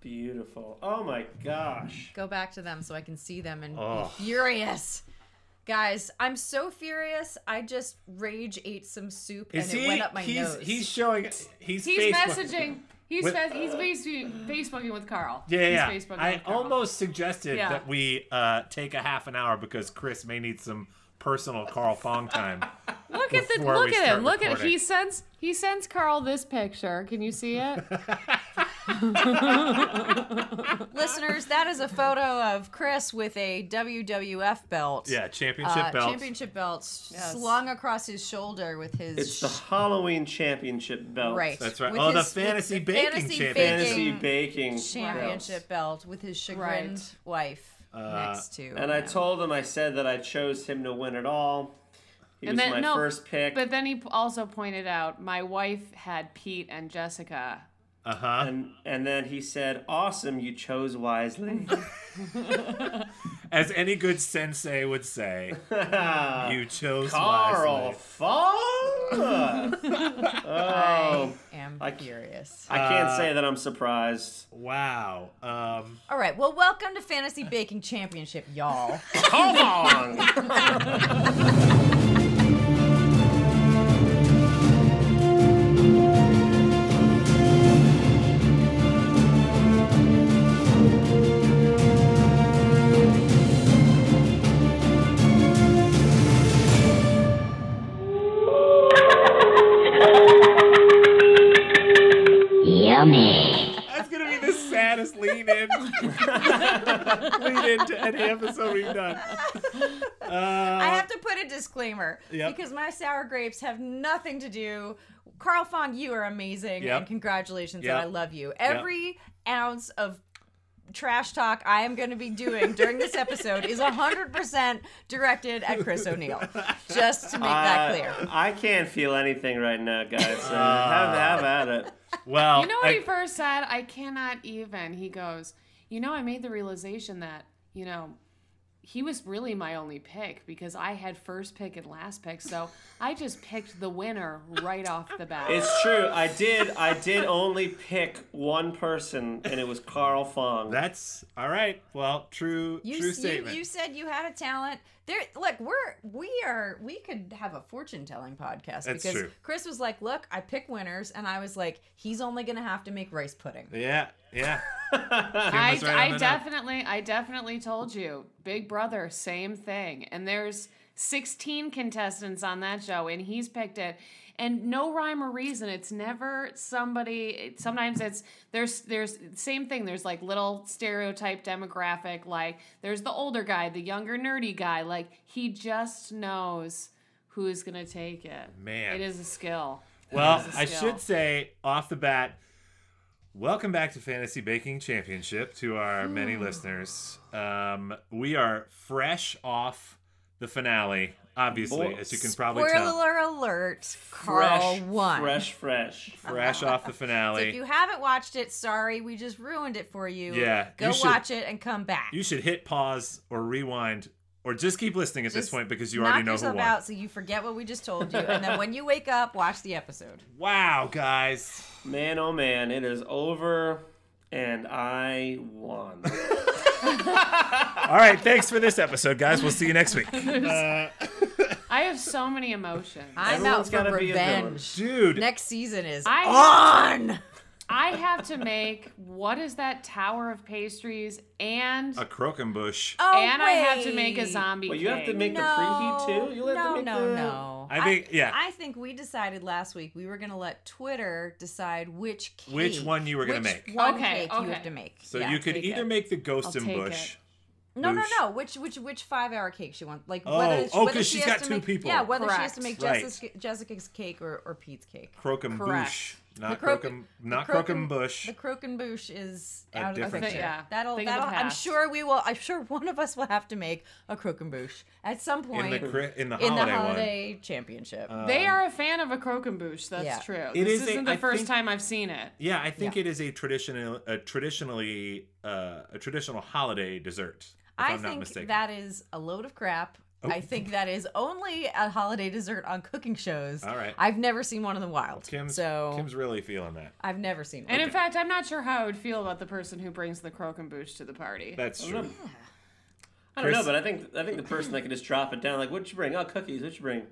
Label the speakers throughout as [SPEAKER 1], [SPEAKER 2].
[SPEAKER 1] Beautiful. Oh my gosh.
[SPEAKER 2] Go back to them so I can see them and
[SPEAKER 1] Ugh.
[SPEAKER 2] be furious. Guys, I'm so furious. I just rage ate some soup
[SPEAKER 1] Is
[SPEAKER 2] and it
[SPEAKER 1] he?
[SPEAKER 2] went up my
[SPEAKER 1] he's
[SPEAKER 2] nose.
[SPEAKER 1] he's showing. He's, Facebook.
[SPEAKER 3] He's messaging. He's
[SPEAKER 1] With-
[SPEAKER 3] fe- he's Facebooking, Facebooking with Carl.
[SPEAKER 1] Yeah, yeah.
[SPEAKER 3] He's Facebooking
[SPEAKER 1] I
[SPEAKER 3] with Carl.
[SPEAKER 1] almost suggested
[SPEAKER 3] Yeah.
[SPEAKER 1] that we uh, take a half an hour because Chris may need some personal Carl Fong time.
[SPEAKER 3] look at the
[SPEAKER 1] before we
[SPEAKER 3] look at
[SPEAKER 1] start
[SPEAKER 3] him. Look at
[SPEAKER 1] recording.
[SPEAKER 3] he sends he sends Carl this picture. Can you see it?
[SPEAKER 2] Listeners, that is a photo of Chris with a WWF belt.
[SPEAKER 1] Yeah, championship
[SPEAKER 2] Uh,
[SPEAKER 1] belt.
[SPEAKER 2] championship belt
[SPEAKER 3] Yes.
[SPEAKER 2] slung across his shoulder with his
[SPEAKER 1] It's the Halloween championship belt.
[SPEAKER 2] right.
[SPEAKER 1] That's right.
[SPEAKER 2] with
[SPEAKER 1] oh,
[SPEAKER 2] his-
[SPEAKER 1] the fantasy
[SPEAKER 2] with the
[SPEAKER 1] baking
[SPEAKER 2] fantasy
[SPEAKER 1] championship. Fantasy
[SPEAKER 2] baking
[SPEAKER 1] baking
[SPEAKER 2] championship
[SPEAKER 1] belt. Uh,
[SPEAKER 2] belt with his chagrined
[SPEAKER 3] Right.
[SPEAKER 2] wife next to.
[SPEAKER 1] And I
[SPEAKER 2] him.
[SPEAKER 1] told him, I said that I chose him to win it all. He
[SPEAKER 3] And
[SPEAKER 1] was
[SPEAKER 3] then-
[SPEAKER 1] my
[SPEAKER 3] no,
[SPEAKER 1] first pick.
[SPEAKER 3] But then he p- also pointed out my wife had Pete and Jessica.
[SPEAKER 4] Uh huh.
[SPEAKER 1] and, and then he said, Awesome, you chose wisely.
[SPEAKER 4] As any good sensei would say, you chose
[SPEAKER 1] Carl
[SPEAKER 4] wisely.
[SPEAKER 1] Fong! oh.
[SPEAKER 2] I am
[SPEAKER 1] I-
[SPEAKER 2] furious.
[SPEAKER 1] I can't say that I'm surprised.
[SPEAKER 4] Wow. Um,
[SPEAKER 2] All right. Well, welcome to Fantasy Baking Championship, y'all.
[SPEAKER 1] Come on!
[SPEAKER 5] Yummy.
[SPEAKER 4] that's gonna be the saddest lead in, lead into any episode we've done.
[SPEAKER 2] I
[SPEAKER 4] Uh,
[SPEAKER 2] have to put a disclaimer
[SPEAKER 4] Yep.
[SPEAKER 2] because my sour grapes have nothing to do. Carl Fong, you are amazing,
[SPEAKER 4] Yep.
[SPEAKER 2] and congratulations,
[SPEAKER 4] Yep.
[SPEAKER 2] and I love you. Every ounce of trash talk I am going to be doing during this episode is 100% directed at Chris O'Neill. Just to make that clear.
[SPEAKER 1] I, I can't feel anything right now, guys. So have, have at it.
[SPEAKER 4] well,
[SPEAKER 3] You know what
[SPEAKER 4] Oh, I-
[SPEAKER 3] he first said? I cannot even. He goes, You know, I made the realization that, you know, he was really my only pick because I had first pick and last pick. So I just picked the winner right off the bat.
[SPEAKER 1] It's true. I did. I did only pick one person, and it was Carl Fong.
[SPEAKER 4] that's all right. Well, true,
[SPEAKER 2] You,
[SPEAKER 4] true
[SPEAKER 2] you-
[SPEAKER 4] statement.
[SPEAKER 2] You, said you had a talent. There, look, we're we are we could have a fortune telling podcast
[SPEAKER 4] That's
[SPEAKER 2] because
[SPEAKER 4] true.
[SPEAKER 2] Chris was like, "Look, I pick winners," and I was like, "He's only gonna have to make rice pudding."
[SPEAKER 4] yeah, yeah.
[SPEAKER 3] I,
[SPEAKER 4] was right on
[SPEAKER 3] I
[SPEAKER 4] the nose.
[SPEAKER 3] definitely, I definitely told you, Big Brother, same thing. And there's 16 contestants on that show, and he's picked it. And no rhyme or reason. It's never somebody. it- Sometimes it's there's there's same thing. There's like little stereotype demographic. Like there's the older guy, the younger nerdy guy. Like he just knows who's gonna take it.
[SPEAKER 4] Man.
[SPEAKER 3] it is a skill.
[SPEAKER 4] Well,
[SPEAKER 3] That's a
[SPEAKER 4] I
[SPEAKER 3] skill.
[SPEAKER 4] should say off the bat, welcome back to Fantasy Baking Championship to our many listeners. Um, we are fresh off the finale, obviously,
[SPEAKER 1] Boy,
[SPEAKER 4] as you can probably tell.
[SPEAKER 2] Spoiler alert: Carl
[SPEAKER 1] fresh,
[SPEAKER 2] won.
[SPEAKER 1] fresh, fresh.
[SPEAKER 4] Fresh off the
[SPEAKER 2] So if
[SPEAKER 4] finale.
[SPEAKER 2] you haven't watched it, sorry, we just ruined it for you.
[SPEAKER 4] Yeah,
[SPEAKER 2] go
[SPEAKER 4] you should-
[SPEAKER 2] watch it and come back.
[SPEAKER 4] You should hit pause or rewind or just keep listening at this
[SPEAKER 2] Just
[SPEAKER 4] point because you already
[SPEAKER 2] knock
[SPEAKER 4] know who
[SPEAKER 2] yourself
[SPEAKER 4] won.
[SPEAKER 2] out so you forget what we just told you, and then when you wake up, watch the episode.
[SPEAKER 4] Wow, guys.
[SPEAKER 1] Man, oh man, it is over, and I won.
[SPEAKER 4] All right, thanks for this episode, guys. We'll see you next week. Uh,
[SPEAKER 3] I have so many emotions.
[SPEAKER 2] I'm
[SPEAKER 1] Everyone's
[SPEAKER 2] out for
[SPEAKER 1] gotta be a villain.
[SPEAKER 2] revenge.
[SPEAKER 4] Dude,
[SPEAKER 2] Next season is
[SPEAKER 3] I-
[SPEAKER 2] on.
[SPEAKER 3] I have to make what is that tower of pastries and
[SPEAKER 4] a croquembouche.
[SPEAKER 2] Oh,
[SPEAKER 3] and I have to make a
[SPEAKER 2] wait.
[SPEAKER 3] zombie.
[SPEAKER 1] Well, you have to
[SPEAKER 3] cake.
[SPEAKER 1] make the preheat too. You'll have
[SPEAKER 2] no,
[SPEAKER 1] to make
[SPEAKER 2] no,
[SPEAKER 1] the...
[SPEAKER 2] no.
[SPEAKER 4] I think- yeah.
[SPEAKER 2] I think we decided last week we were gonna let Twitter decide which cake,
[SPEAKER 4] Which one you were gonna
[SPEAKER 2] which
[SPEAKER 4] make.
[SPEAKER 2] One
[SPEAKER 3] Okay,
[SPEAKER 2] cake you
[SPEAKER 3] okay.
[SPEAKER 2] have to make.
[SPEAKER 4] So
[SPEAKER 2] Yeah,
[SPEAKER 4] you could
[SPEAKER 2] take
[SPEAKER 4] either
[SPEAKER 2] it.
[SPEAKER 4] make the
[SPEAKER 3] I'll
[SPEAKER 4] ghost
[SPEAKER 3] take
[SPEAKER 4] and bush.
[SPEAKER 3] it.
[SPEAKER 2] no, no,
[SPEAKER 4] Boosh.
[SPEAKER 2] no. Which which which five hour cake she wants? Like
[SPEAKER 4] Oh,
[SPEAKER 2] whether
[SPEAKER 4] oh,
[SPEAKER 2] whether
[SPEAKER 4] 'cause
[SPEAKER 2] she
[SPEAKER 4] she's
[SPEAKER 2] has
[SPEAKER 4] got
[SPEAKER 2] to
[SPEAKER 4] two
[SPEAKER 2] make,
[SPEAKER 4] people.
[SPEAKER 2] Yeah, whether she has
[SPEAKER 3] Correct.
[SPEAKER 2] to make
[SPEAKER 4] Right.
[SPEAKER 2] Jessica, Jessica's cake or, or Pete's cake.
[SPEAKER 4] Croquembouche,
[SPEAKER 3] Correct.
[SPEAKER 4] not
[SPEAKER 2] The croque-
[SPEAKER 4] croquem,
[SPEAKER 2] the
[SPEAKER 4] not
[SPEAKER 2] croquem-
[SPEAKER 4] croquembouche.
[SPEAKER 2] The croquembouche is
[SPEAKER 4] A
[SPEAKER 2] out of the
[SPEAKER 4] different
[SPEAKER 2] picture.
[SPEAKER 4] thing.
[SPEAKER 3] Yeah.
[SPEAKER 2] That'll,
[SPEAKER 3] Thing of the
[SPEAKER 2] that'll. I'm
[SPEAKER 3] past.
[SPEAKER 2] sure we will. I'm sure one of us will have to make a croquembouche at some
[SPEAKER 4] in
[SPEAKER 2] point
[SPEAKER 4] the cri- in the
[SPEAKER 2] in
[SPEAKER 4] holiday, one. Uh,
[SPEAKER 2] holiday championship.
[SPEAKER 3] They are a fan of a croquembouche. That's
[SPEAKER 2] Yeah.
[SPEAKER 3] true.
[SPEAKER 4] um, It
[SPEAKER 3] this
[SPEAKER 4] is a-
[SPEAKER 3] isn't the
[SPEAKER 4] I
[SPEAKER 3] first
[SPEAKER 4] think-
[SPEAKER 3] time I've seen it.
[SPEAKER 4] Yeah, I think it is a traditional, a traditionally, uh, a traditional holiday dessert. If
[SPEAKER 2] I
[SPEAKER 4] am not
[SPEAKER 2] think
[SPEAKER 4] mistaken. Oh.
[SPEAKER 2] that is a load of crap, I think that is only a holiday dessert on cooking shows.
[SPEAKER 4] All right.
[SPEAKER 2] I've never seen one in the wild.
[SPEAKER 4] Kim's
[SPEAKER 2] so
[SPEAKER 4] Kim's really feeling that.
[SPEAKER 2] I've never seen one.
[SPEAKER 3] And in fact, I'm not sure how I would feel about the person who brings the croquembouche to the party.
[SPEAKER 2] Oh,
[SPEAKER 4] That's true.
[SPEAKER 1] I don't know,
[SPEAKER 4] Chris-
[SPEAKER 1] but I think I think the person that can just drop it down, like, what'd you bring? Oh, cookies. What'd you bring?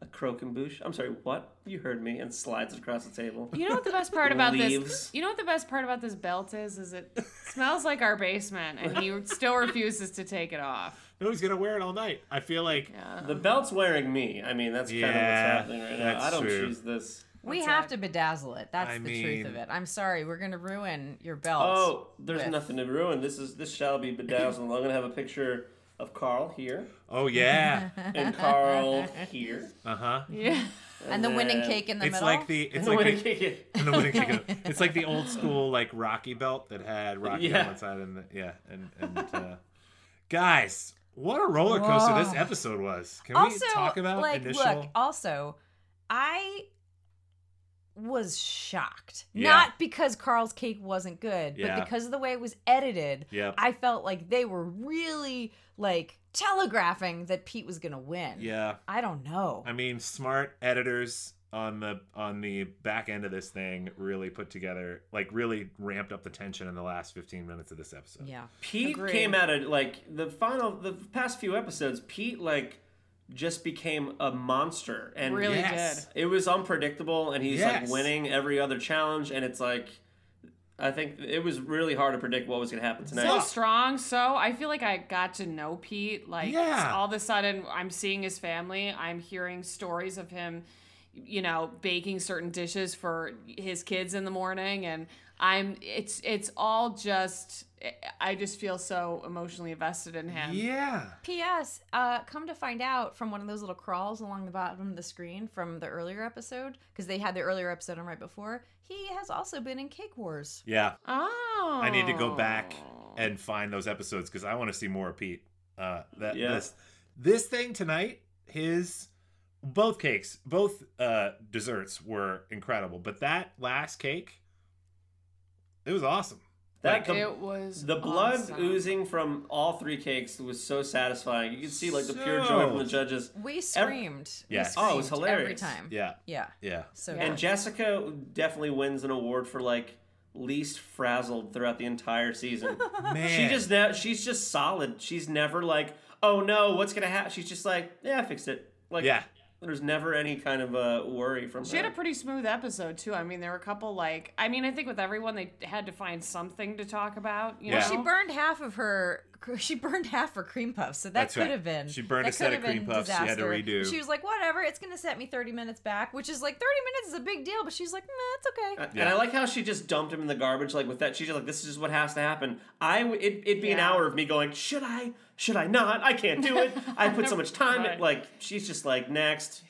[SPEAKER 1] A croquembouche. I'm sorry, what? You heard me, and slides it across the table.
[SPEAKER 3] You know what the best part about
[SPEAKER 1] Leaves.
[SPEAKER 3] this? You know what the best part about this belt is? Is it smells like our basement, and he still refuses to take it off.
[SPEAKER 4] No, he's gonna wear it all night. I feel like
[SPEAKER 1] The belt's wearing me. I mean, that's kind of
[SPEAKER 4] Yeah,
[SPEAKER 1] what's happening right now.
[SPEAKER 4] that's
[SPEAKER 1] I don't
[SPEAKER 4] true.
[SPEAKER 1] choose this.
[SPEAKER 2] we
[SPEAKER 3] That's
[SPEAKER 2] have
[SPEAKER 3] right.
[SPEAKER 2] to bedazzle it. That's
[SPEAKER 4] I
[SPEAKER 2] the truth of
[SPEAKER 4] mean-
[SPEAKER 2] it. I'm sorry, we're gonna ruin your belt.
[SPEAKER 1] Oh, there's
[SPEAKER 2] with-
[SPEAKER 1] nothing to ruin. This is this shall be bedazzled. I'm gonna have a picture of Carl here
[SPEAKER 4] oh yeah.
[SPEAKER 1] and Carl here.
[SPEAKER 4] Uh huh.
[SPEAKER 3] Yeah.
[SPEAKER 2] and the winning
[SPEAKER 1] then-
[SPEAKER 2] cake in the
[SPEAKER 4] It's
[SPEAKER 2] middle.
[SPEAKER 4] like the it's
[SPEAKER 1] I'm gonna
[SPEAKER 4] like the,
[SPEAKER 1] kick it.
[SPEAKER 4] and the winning kick it. It's like the old school like Rocky belt that had Rocky on
[SPEAKER 1] Yeah.
[SPEAKER 4] one side and the, yeah and and uh, guys, what a roller coaster this
[SPEAKER 2] Whoa.
[SPEAKER 4] episode was. Can
[SPEAKER 2] also,
[SPEAKER 4] we talk about
[SPEAKER 2] like,
[SPEAKER 4] initial?
[SPEAKER 2] look. Also, I was shocked.
[SPEAKER 4] Yeah.
[SPEAKER 2] Not because Carl's cake wasn't good,
[SPEAKER 4] Yeah.
[SPEAKER 2] but because of the way it was edited.
[SPEAKER 4] Yep.
[SPEAKER 2] I felt like they were really like telegraphing that Pete was gonna win.
[SPEAKER 4] yeah,
[SPEAKER 2] I don't know.
[SPEAKER 4] I mean, smart editors on the on the back end of this thing really put together like really ramped up the tension in the last 15 minutes of this episode.
[SPEAKER 2] yeah.
[SPEAKER 1] Pete
[SPEAKER 3] Agreed.
[SPEAKER 1] came out of like the final the past few episodes. Pete like just became a monster and
[SPEAKER 3] Really
[SPEAKER 4] Yes.
[SPEAKER 1] it was unpredictable and he's
[SPEAKER 4] Yes.
[SPEAKER 1] like winning every other challenge and it's like I think it was really hard to predict what was going to happen
[SPEAKER 3] did. So
[SPEAKER 1] tonight.
[SPEAKER 3] strong. So I feel like I got to know Pete. Like
[SPEAKER 4] Yeah.
[SPEAKER 3] all of a sudden, I'm seeing his family. I'm hearing stories of him, you know, baking certain dishes for his kids in the morning, and I'm. It's it's all just. eh, I just feel so emotionally invested in him.
[SPEAKER 4] Yeah.
[SPEAKER 2] P.S. Uh, come to find out from one of those little crawls along the bottom of the screen from the earlier episode, because they had the earlier episode on right before. He has also been in Cake Wars.
[SPEAKER 4] Yeah.
[SPEAKER 3] Oh.
[SPEAKER 4] I need to go back and find those episodes because I want to see more of Pete. Uh, that
[SPEAKER 1] Yeah.
[SPEAKER 4] this this thing tonight, his both cakes, both uh, desserts were incredible, but that last cake, it was awesome.
[SPEAKER 1] That com-
[SPEAKER 3] It was
[SPEAKER 1] The blood
[SPEAKER 3] awesome.
[SPEAKER 1] oozing from all three cakes was so satisfying. You could see like the pure joy from the
[SPEAKER 4] So-
[SPEAKER 1] judges.
[SPEAKER 2] We screamed. We
[SPEAKER 4] Yes.
[SPEAKER 1] Oh, it was
[SPEAKER 2] screamed Every
[SPEAKER 1] hilarious.
[SPEAKER 2] time.
[SPEAKER 4] Yeah,
[SPEAKER 2] Yeah.
[SPEAKER 4] yeah.
[SPEAKER 2] So
[SPEAKER 3] Yeah.
[SPEAKER 1] And Jessica definitely wins an award for like least frazzled throughout the entire season.
[SPEAKER 4] Man,
[SPEAKER 1] she just ne- she's just solid. She's never like, "Oh no, what's going to happen?" She's just like, "Yeah, I fixed it." Like
[SPEAKER 4] Yeah.
[SPEAKER 1] There's never any kind of uh, worry from
[SPEAKER 3] She
[SPEAKER 1] her.
[SPEAKER 3] had a pretty smooth episode too. I mean, there were a couple like I mean, I think with everyone they had to find something to talk about. You
[SPEAKER 4] Yeah.
[SPEAKER 3] know?
[SPEAKER 2] She burned half of her. She burned half her cream puffs, so that
[SPEAKER 4] That's
[SPEAKER 2] could
[SPEAKER 4] right.
[SPEAKER 2] have been.
[SPEAKER 4] She burned
[SPEAKER 2] that
[SPEAKER 4] a set
[SPEAKER 2] could
[SPEAKER 4] of
[SPEAKER 2] have been
[SPEAKER 4] cream puffs she had to
[SPEAKER 2] disaster.
[SPEAKER 4] redo.
[SPEAKER 2] She was like, "Whatever, it's gonna set me thirty minutes back," which is like thirty minutes is a big deal, but she's like, "Nah, it's okay."
[SPEAKER 1] And I like how she just dumped him in the garbage, like with that. She's just like, "This is what has to happen." I w- it, it'd be an
[SPEAKER 3] Yeah.
[SPEAKER 1] hour of me going, "Should I? Should I not? I can't do it. I put so much time." in
[SPEAKER 3] Right.
[SPEAKER 1] Like she's just like, "Next,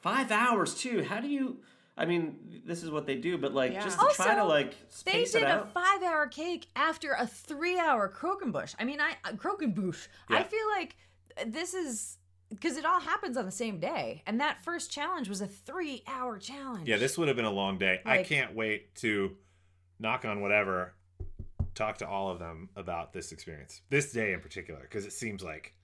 [SPEAKER 1] five hours too. How do you?" I mean, this is what they do, but like
[SPEAKER 3] Yeah.
[SPEAKER 1] just to try to
[SPEAKER 2] Also,
[SPEAKER 1] like
[SPEAKER 2] They
[SPEAKER 1] space
[SPEAKER 2] did
[SPEAKER 1] it
[SPEAKER 2] a
[SPEAKER 1] out.
[SPEAKER 2] five-hour cake after a three-hour croquembouche. I mean, I uh, croquembouche. I
[SPEAKER 4] Yeah.
[SPEAKER 2] feel like this is because it all happens on the same day, and that first challenge was a three-hour challenge.
[SPEAKER 4] yeah. This would have been a long day. I
[SPEAKER 2] Like-
[SPEAKER 4] can't wait to knock on whatever, talk to all of them about this experience, this day in particular, because it seems like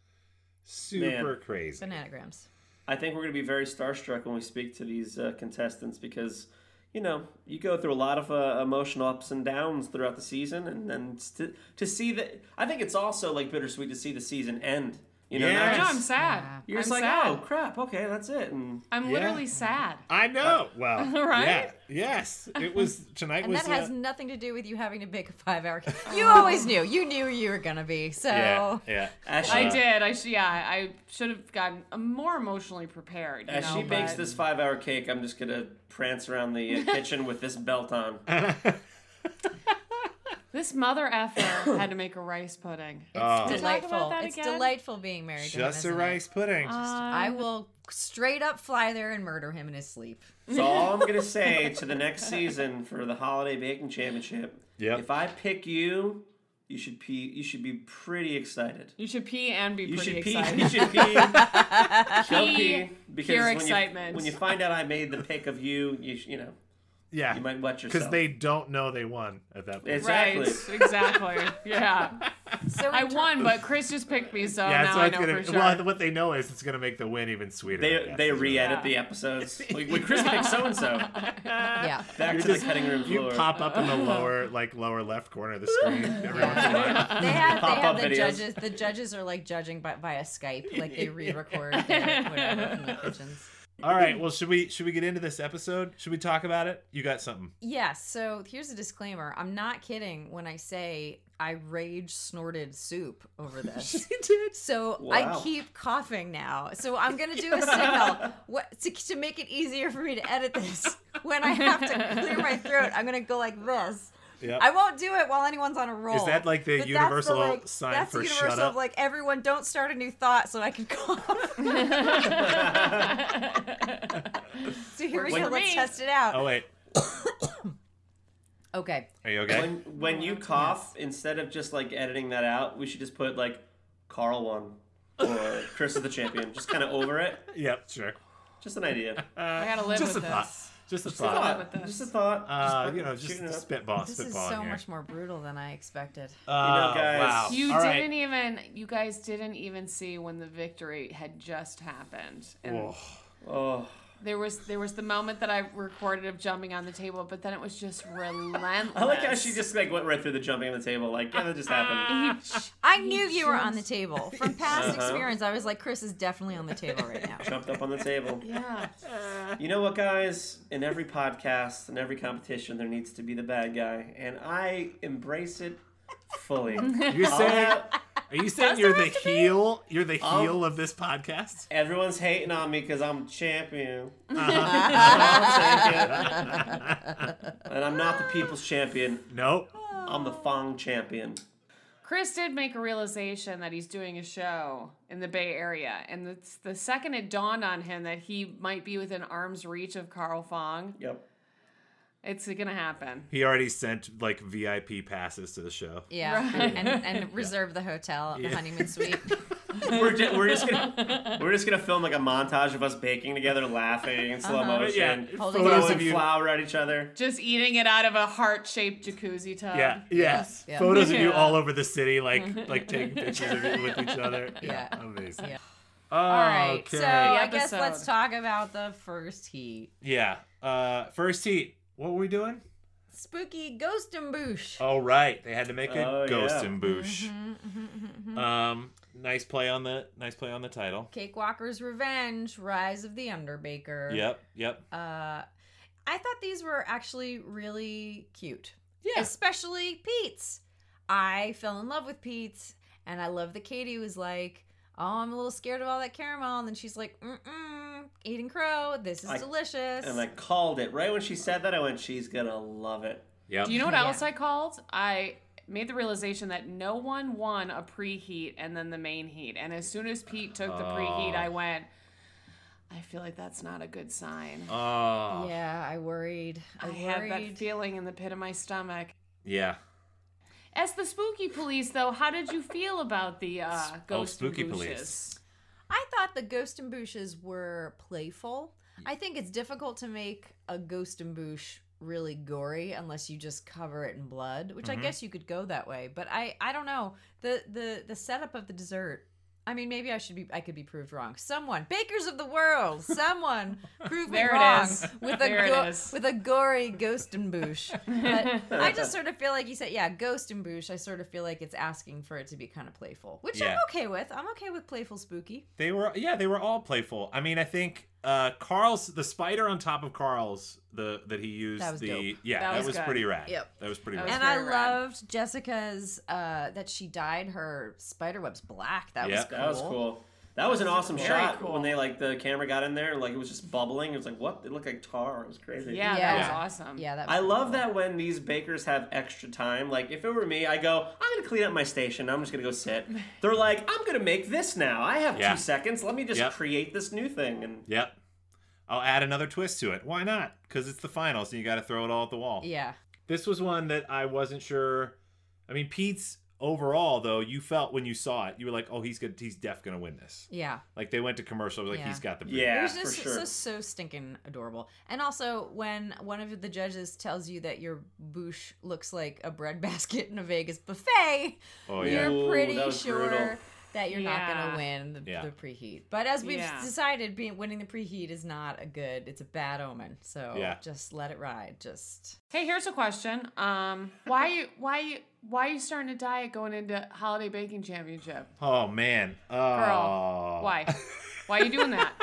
[SPEAKER 4] super crazy.
[SPEAKER 2] bananagrams.
[SPEAKER 1] I think we're gonna be very starstruck when we speak to these uh, contestants because. You know, you go through a lot of uh, emotional ups and downs throughout the season, and then to, to see that, I think it's also like bittersweet to see the season end. You know, not
[SPEAKER 4] Yes.
[SPEAKER 3] I know,
[SPEAKER 1] just-
[SPEAKER 3] I'm sad.
[SPEAKER 1] You're just like,
[SPEAKER 3] I'm sad.
[SPEAKER 1] oh crap, okay, that's it. And
[SPEAKER 3] I'm
[SPEAKER 4] Yeah.
[SPEAKER 3] literally sad.
[SPEAKER 4] I know. well,
[SPEAKER 3] Right?
[SPEAKER 4] Yeah. Yes. It was tonight
[SPEAKER 2] And
[SPEAKER 4] was.
[SPEAKER 2] that has
[SPEAKER 4] uh,
[SPEAKER 2] nothing to do with you having to bake a five-hour cake. You always knew. You knew you were gonna be. So
[SPEAKER 4] yeah. Yeah.
[SPEAKER 1] as she,
[SPEAKER 3] I did. I should. Yeah, I should have gotten uh, more emotionally prepared. You
[SPEAKER 1] as
[SPEAKER 3] know,
[SPEAKER 1] she bakes
[SPEAKER 3] but-
[SPEAKER 1] this five-hour cake, I'm just gonna prance around the uh, kitchen with this belt on.
[SPEAKER 3] this mother effer had to make a rice pudding.
[SPEAKER 4] Oh.
[SPEAKER 3] Did we talk about
[SPEAKER 2] delightful.
[SPEAKER 3] that
[SPEAKER 2] It's
[SPEAKER 3] again? Um,
[SPEAKER 2] delightful being married to him.
[SPEAKER 4] Just a
[SPEAKER 2] isn't it?
[SPEAKER 4] rice pudding.
[SPEAKER 3] Uh,
[SPEAKER 2] I will straight up fly there and murder him in his sleep.
[SPEAKER 1] So all I'm gonna say to the next season for the holiday baking championship,
[SPEAKER 4] Yep.
[SPEAKER 1] if I pick you, you should pee. You should be pretty excited.
[SPEAKER 3] You should pee and be
[SPEAKER 1] You
[SPEAKER 3] pretty
[SPEAKER 1] should pee.
[SPEAKER 3] excited.
[SPEAKER 1] You should pee. She'll
[SPEAKER 3] Pee,
[SPEAKER 1] pee because
[SPEAKER 3] pure
[SPEAKER 1] when
[SPEAKER 3] excitement.
[SPEAKER 1] you when you find out I made the pick of you, you sh- you know
[SPEAKER 4] yeah.
[SPEAKER 1] you might wet
[SPEAKER 4] Because
[SPEAKER 1] yourself.
[SPEAKER 4] they don't know they won at that point.
[SPEAKER 1] It's-
[SPEAKER 3] Right.
[SPEAKER 1] Exactly.
[SPEAKER 3] Exactly. yeah.
[SPEAKER 2] So in
[SPEAKER 3] I
[SPEAKER 2] ter-
[SPEAKER 3] won, but Chris just picked me, so
[SPEAKER 4] yeah,
[SPEAKER 3] now
[SPEAKER 4] so
[SPEAKER 3] Oh, I
[SPEAKER 4] it's
[SPEAKER 3] know
[SPEAKER 4] gonna.
[SPEAKER 3] for sure.
[SPEAKER 4] Well, what they know is it's gonna make the win even sweeter. I
[SPEAKER 1] They
[SPEAKER 4] guess,
[SPEAKER 1] they
[SPEAKER 4] is what-
[SPEAKER 1] re-edit the episodes. Like when Chris picks so and so,
[SPEAKER 2] Yeah.
[SPEAKER 1] back to the cutting room
[SPEAKER 4] You
[SPEAKER 1] floor.
[SPEAKER 4] pop up in the lower, like lower left corner of the screen every once in a while.
[SPEAKER 2] They have, they
[SPEAKER 1] Pop-up
[SPEAKER 2] have the
[SPEAKER 1] videos.
[SPEAKER 2] judges. The judges are like judging by, via Skype. Like they re-record their whatever from the kitchens.
[SPEAKER 4] All right, well, should we should we get into this episode? Should we talk about it? You got something?
[SPEAKER 2] Yes. So here's a disclaimer. I'm not kidding when I say I rage snorted soup over this.
[SPEAKER 4] did.
[SPEAKER 2] So
[SPEAKER 1] Wow.
[SPEAKER 2] I keep coughing now. So I'm gonna do a signal what, to, to make it easier for me to edit this. When I have to clear my throat, I'm gonna go like this.
[SPEAKER 4] Yep.
[SPEAKER 2] I won't do it while anyone's on a roll.
[SPEAKER 4] Is that like the
[SPEAKER 2] But that's
[SPEAKER 4] universal
[SPEAKER 2] like-
[SPEAKER 4] sign
[SPEAKER 2] that's
[SPEAKER 4] for
[SPEAKER 2] the
[SPEAKER 4] shut
[SPEAKER 2] universal
[SPEAKER 4] up?
[SPEAKER 2] Of like everyone, don't start a new thought so I can cough. so here we
[SPEAKER 1] Like
[SPEAKER 2] go. Let's
[SPEAKER 3] me.
[SPEAKER 2] test it out.
[SPEAKER 4] Oh wait,
[SPEAKER 2] Okay.
[SPEAKER 4] are you okay?
[SPEAKER 1] when when you cough, instead of just like editing that out, we should just put like Carl won or Chris is the champion. Just kind of over it.
[SPEAKER 4] Yep, sure.
[SPEAKER 1] Just an idea.
[SPEAKER 3] I gotta live
[SPEAKER 4] Just a
[SPEAKER 3] with
[SPEAKER 4] thought.
[SPEAKER 3] this.
[SPEAKER 4] Just a
[SPEAKER 3] thought.
[SPEAKER 4] thought.
[SPEAKER 3] with this.
[SPEAKER 1] Just a thought.
[SPEAKER 4] Uh,
[SPEAKER 1] put-
[SPEAKER 4] you know,
[SPEAKER 1] shooting
[SPEAKER 4] just
[SPEAKER 1] it up.
[SPEAKER 4] spitball,
[SPEAKER 2] This is
[SPEAKER 4] spitball
[SPEAKER 2] so
[SPEAKER 4] here.
[SPEAKER 2] much more brutal than I expected.
[SPEAKER 4] Oh,
[SPEAKER 1] guys,
[SPEAKER 4] wow.
[SPEAKER 3] You
[SPEAKER 4] All right.
[SPEAKER 3] didn't even. You guys didn't even see when the victory had just happened, and
[SPEAKER 1] Oh,
[SPEAKER 3] there was there was the moment that I recorded of jumping on the table, but then it was just relentless.
[SPEAKER 1] I like how she just like went right through the jumping on the table. Like yeah, that just happened.
[SPEAKER 2] I knew you were on the table from past
[SPEAKER 4] Uh-huh.
[SPEAKER 2] experience. I was like, Chris is definitely on the table right now.
[SPEAKER 1] Jumped up on the table.
[SPEAKER 3] Yeah.
[SPEAKER 1] You know what, guys? In every podcast, in every competition, there needs to be the bad guy, and I embrace it fully.
[SPEAKER 4] You're
[SPEAKER 1] I'll
[SPEAKER 4] saying,
[SPEAKER 1] have-
[SPEAKER 4] are you saying you're the heel? You're the
[SPEAKER 1] Oh.
[SPEAKER 4] heel of this podcast?
[SPEAKER 1] everyone's hating on me because I'm champion. I'm champion. and I'm not the people's champion.
[SPEAKER 4] Nope.
[SPEAKER 2] Uh.
[SPEAKER 1] I'm the Fong champion.
[SPEAKER 3] Chris did make a realization that he's doing a show in the Bay Area, and it's the second it dawned on him that he might be within arm's reach of Carl Fong,
[SPEAKER 1] Yep.
[SPEAKER 3] it's gonna happen.
[SPEAKER 4] He already sent like VIP passes to the show.
[SPEAKER 2] Yeah, and, and reserve the hotel, the honeymoon suite.
[SPEAKER 1] We're just, we're just gonna we're just gonna film like a montage of us baking together, laughing in slow
[SPEAKER 3] Uh-huh.
[SPEAKER 1] motion,
[SPEAKER 4] Yeah,
[SPEAKER 2] Holding
[SPEAKER 4] photos
[SPEAKER 2] hands.
[SPEAKER 1] throwing
[SPEAKER 4] of you.
[SPEAKER 1] flour at each other.
[SPEAKER 3] Just eating it out of a heart-shaped jacuzzi tub.
[SPEAKER 4] Yeah, yeah.
[SPEAKER 2] Yeah.
[SPEAKER 4] Photos of you
[SPEAKER 3] Yeah.
[SPEAKER 4] all over the city, like like taking pictures of you with each other. Yeah,
[SPEAKER 2] Yeah.
[SPEAKER 4] amazing.
[SPEAKER 2] Yeah.
[SPEAKER 4] All
[SPEAKER 2] All right,
[SPEAKER 4] Okay.
[SPEAKER 2] so I guess
[SPEAKER 3] episode.
[SPEAKER 2] let's talk about the first heat.
[SPEAKER 4] yeah. Uh, first heat. What were we doing?
[SPEAKER 2] Spooky ghost and boosh.
[SPEAKER 4] Oh right, they had to make a
[SPEAKER 1] Oh,
[SPEAKER 4] ghost
[SPEAKER 1] yeah.
[SPEAKER 4] and boosh.
[SPEAKER 2] Mm-hmm.
[SPEAKER 4] Um, nice play on the nice play on the title.
[SPEAKER 2] Cakewalker's Revenge, Rise of the Underbaker.
[SPEAKER 4] Yep, yep.
[SPEAKER 2] Uh, I thought these were actually really cute.
[SPEAKER 4] Yeah.
[SPEAKER 2] Especially Pete's. I fell in love with Pete's, and I love that Katie was like, Oh, I'm a little scared of all that caramel. And then she's like, Mm mm, eating crow. This is
[SPEAKER 1] I-
[SPEAKER 2] delicious.
[SPEAKER 1] And I called it right when she said that. I went, she's gonna love it.
[SPEAKER 4] Yep.
[SPEAKER 3] Do you know what
[SPEAKER 2] Yeah.
[SPEAKER 3] else I called? I made the realization that no one won a preheat and then the main heat. And as soon as Pete took the preheat,
[SPEAKER 4] Oh.
[SPEAKER 3] I went, I feel like that's not a good sign.
[SPEAKER 4] oh. Yeah.
[SPEAKER 2] yeah, I worried. I,
[SPEAKER 3] I
[SPEAKER 2] worried.
[SPEAKER 3] have that feeling in the pit of my stomach.
[SPEAKER 4] yeah.
[SPEAKER 3] As the spooky police, though, how did you feel about the uh, ghost
[SPEAKER 4] spooky
[SPEAKER 3] and Booshes?
[SPEAKER 4] police.
[SPEAKER 2] I thought the ghost and booshes were playful. I think it's difficult to make a ghost and boosh really gory unless you just cover it in blood, which I guess you could go that way. But I, I don't know the the the setup of the dessert. I mean, maybe I should be I could be proved wrong. Someone, bakers of the world, someone prove me
[SPEAKER 3] There it
[SPEAKER 2] wrong
[SPEAKER 3] is.
[SPEAKER 2] with
[SPEAKER 3] There
[SPEAKER 2] a
[SPEAKER 3] it
[SPEAKER 2] go-
[SPEAKER 3] is.
[SPEAKER 2] with a gory ghost and boosh. But I just sort of feel like you said, yeah, ghost and boosh. I sort of feel like it's asking for it to be kind of playful, which I'm
[SPEAKER 4] Yeah.
[SPEAKER 2] okay with. I'm okay with playful spooky.
[SPEAKER 4] They were yeah, they were all playful. I mean, I think uh Carl's the spider on top of Carl's the that he used
[SPEAKER 2] That was
[SPEAKER 4] the
[SPEAKER 2] dope.
[SPEAKER 4] yeah,
[SPEAKER 3] That
[SPEAKER 4] that was,
[SPEAKER 3] was good.
[SPEAKER 4] pretty rad.
[SPEAKER 2] Yep.
[SPEAKER 4] That was pretty
[SPEAKER 3] That
[SPEAKER 4] rad.
[SPEAKER 3] was
[SPEAKER 2] and I
[SPEAKER 3] very rad.
[SPEAKER 2] loved Jessica's uh, that she dyed her spider webs black. That was
[SPEAKER 4] Yep.
[SPEAKER 2] cool.
[SPEAKER 1] That was cool. That was an awesome
[SPEAKER 3] Very
[SPEAKER 1] shot
[SPEAKER 3] cool.
[SPEAKER 1] when they like the camera got in there, like it was just bubbling. It was like what? It looked like tar. It was crazy.
[SPEAKER 3] Yeah,
[SPEAKER 2] Yeah.
[SPEAKER 3] that was
[SPEAKER 4] Yeah.
[SPEAKER 3] awesome.
[SPEAKER 2] Yeah, that was
[SPEAKER 1] I love
[SPEAKER 2] cool.
[SPEAKER 1] that when these bakers have extra time. Like if it were me, I go, I'm gonna clean up my station. I'm just gonna go sit. They're like, I'm gonna make this now. I have
[SPEAKER 4] Yeah.
[SPEAKER 1] two seconds. Let me just
[SPEAKER 4] Yep.
[SPEAKER 1] create this new thing. And
[SPEAKER 4] Yep. I'll add another twist to it. Why not? Cuz it's the finals and you got to throw it all at the wall.
[SPEAKER 2] Yeah,
[SPEAKER 4] This was one that I wasn't sure I mean, Pete's overall, though, you felt when you saw it, you were like, "Oh, he's good. He's def gonna win this."
[SPEAKER 2] Yeah.
[SPEAKER 4] Like they went to commercial, like
[SPEAKER 2] Yeah.
[SPEAKER 4] he's got the boot.
[SPEAKER 1] Yeah,
[SPEAKER 2] It was
[SPEAKER 1] for
[SPEAKER 2] just
[SPEAKER 1] sure.
[SPEAKER 2] so, so stinking adorable. And also, when one of the judges tells you that your boosh looks like a breadbasket in a Vegas buffet,
[SPEAKER 4] Oh yeah.
[SPEAKER 1] Ooh,
[SPEAKER 2] you're
[SPEAKER 1] that
[SPEAKER 2] pretty
[SPEAKER 1] was
[SPEAKER 2] sure
[SPEAKER 1] brutal.
[SPEAKER 2] that you're not going
[SPEAKER 3] Yeah.
[SPEAKER 2] to win the,
[SPEAKER 4] Yeah.
[SPEAKER 2] the preheat. But as we've
[SPEAKER 3] Yeah.
[SPEAKER 2] decided, being winning the preheat is not a good, it's a bad omen. So
[SPEAKER 4] Yeah.
[SPEAKER 2] just let it ride. Just
[SPEAKER 3] Hey, here's a question. Um, why you why you why are you starting a diet going into holiday baking championship?
[SPEAKER 4] Oh man. Oh.
[SPEAKER 3] Girl, Why? Why are you doing that?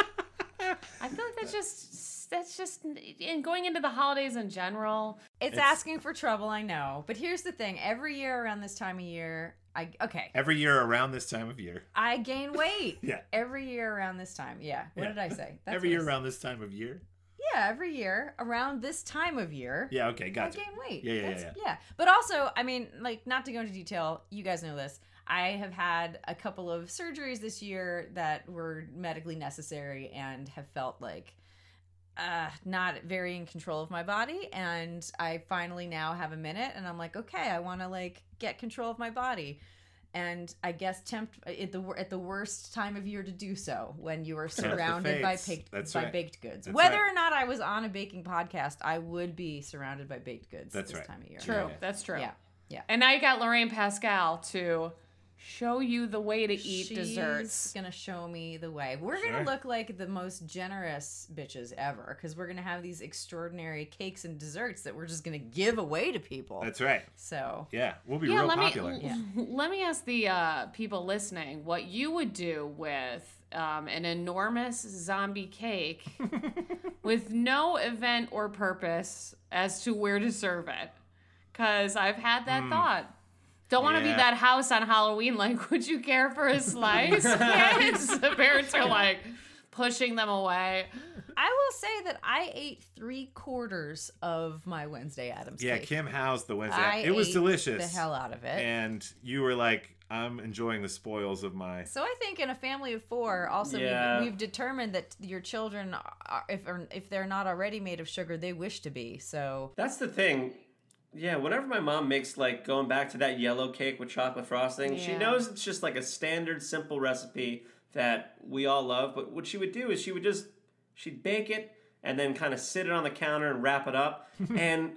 [SPEAKER 3] I feel like that's just that's just and going into the holidays in general.
[SPEAKER 2] it's,
[SPEAKER 4] It's-
[SPEAKER 2] asking for trouble, I know. But here's the thing, every year around this time of year, I okay,
[SPEAKER 4] Every year around this time of year.
[SPEAKER 2] I gain weight.
[SPEAKER 4] Yeah.
[SPEAKER 2] Every year around this time. Yeah. What
[SPEAKER 4] Yeah.
[SPEAKER 2] did I say? That's
[SPEAKER 4] Every
[SPEAKER 2] what I
[SPEAKER 4] year
[SPEAKER 2] said.
[SPEAKER 4] around this time of year.
[SPEAKER 2] Yeah, every year around this time of year.
[SPEAKER 4] Yeah. Okay. Gotcha.
[SPEAKER 2] I gain weight.
[SPEAKER 4] Yeah, yeah,
[SPEAKER 2] That's-
[SPEAKER 4] yeah,
[SPEAKER 2] But also, I mean, like, not to go into detail, you guys know this. I have had a couple of surgeries this year that were medically necessary and have felt like uh, not very in control of my body. And I finally now have a minute and I'm like, okay, I want to like get control of my body. And I guess tempt at the wor- at the worst time of year to do so when you are
[SPEAKER 4] the
[SPEAKER 2] surrounded by
[SPEAKER 4] fates.
[SPEAKER 2] baked
[SPEAKER 4] That's
[SPEAKER 2] by
[SPEAKER 4] right.
[SPEAKER 2] baked goods.
[SPEAKER 4] That's
[SPEAKER 2] Whether
[SPEAKER 4] right.
[SPEAKER 2] or not I was on a baking podcast, I would be surrounded by baked goods
[SPEAKER 4] That's
[SPEAKER 2] this
[SPEAKER 4] right.
[SPEAKER 2] time of year.
[SPEAKER 3] True,
[SPEAKER 4] Yeah.
[SPEAKER 3] that's true.
[SPEAKER 2] Yeah.
[SPEAKER 3] And now you got Lorraine Pascal to show you the way to eat
[SPEAKER 2] She's
[SPEAKER 3] desserts.
[SPEAKER 2] gonna show me the way. We're
[SPEAKER 4] Sure.
[SPEAKER 2] gonna look like the most generous bitches ever because we're gonna have these extraordinary cakes and desserts that we're just gonna give away to people.
[SPEAKER 4] That's right.
[SPEAKER 2] so
[SPEAKER 4] Yeah. We'll be
[SPEAKER 3] Yeah,
[SPEAKER 4] real
[SPEAKER 3] let
[SPEAKER 4] popular.
[SPEAKER 3] me let me ask the uh, people listening what you would do with um, an enormous zombie cake with no event or purpose as to where to serve it. Cause I've had that thought. Don't want to
[SPEAKER 4] Yeah.
[SPEAKER 3] be that house on Halloween. Like, would you care for a slice? Kids, the parents are like pushing them away.
[SPEAKER 2] I will say that I ate three quarters of my Wednesday Adams
[SPEAKER 4] Yeah.
[SPEAKER 2] cake.
[SPEAKER 4] Kim House the Wednesday.
[SPEAKER 2] I
[SPEAKER 4] it was
[SPEAKER 2] ate
[SPEAKER 4] delicious.
[SPEAKER 2] The hell out of it.
[SPEAKER 4] and you were like, "I'm enjoying the spoils of my."
[SPEAKER 2] So I think in a family of four, also
[SPEAKER 1] Yeah.
[SPEAKER 2] we've, we've determined that your children, are, if are, if they're not already made of sugar, they wish to be. So
[SPEAKER 1] That's the thing. Yeah, whenever my mom makes like going back to that yellow cake with chocolate frosting, she
[SPEAKER 3] Yeah.
[SPEAKER 1] knows it's just like a standard simple recipe that we all love, but what she would do is she would just she'd bake it and then kind of sit it on the counter and wrap it up and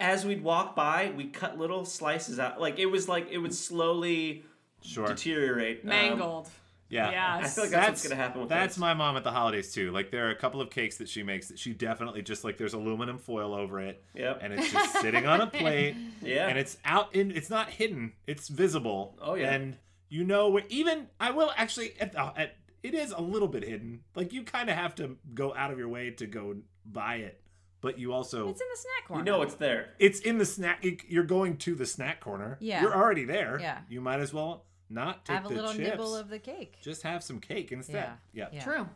[SPEAKER 1] as we'd walk by, we cut little slices out. Like it was like it would slowly
[SPEAKER 4] Sure.
[SPEAKER 1] deteriorate. um,
[SPEAKER 3] Mangled.
[SPEAKER 4] Yeah.
[SPEAKER 1] I
[SPEAKER 3] Yes.
[SPEAKER 1] feel like that's, what's gonna happen with
[SPEAKER 4] that's
[SPEAKER 1] this.
[SPEAKER 4] my mom at the holidays too. Like there are a couple of cakes that she makes that she definitely just like there's aluminum foil over it,
[SPEAKER 1] Yep.
[SPEAKER 4] and it's just sitting on a plate,
[SPEAKER 1] yeah.
[SPEAKER 4] and it's out in. It's not hidden. It's visible.
[SPEAKER 1] Oh, yeah.
[SPEAKER 4] And you know where even I will actually at, the- at it is a little bit hidden. Like you kind of have to go out of your way to go buy it, but you also
[SPEAKER 2] it's in the snack
[SPEAKER 1] you
[SPEAKER 2] corner.
[SPEAKER 1] know it's there.
[SPEAKER 4] it's in the snack. you- You're going to the snack corner.
[SPEAKER 2] Yeah.
[SPEAKER 4] You're already there.
[SPEAKER 2] Yeah.
[SPEAKER 4] You might as well not take
[SPEAKER 2] have a
[SPEAKER 4] the
[SPEAKER 2] little
[SPEAKER 4] chips.
[SPEAKER 2] nibble of the cake.
[SPEAKER 4] just have some cake instead. Yeah.
[SPEAKER 2] Yeah.
[SPEAKER 3] True.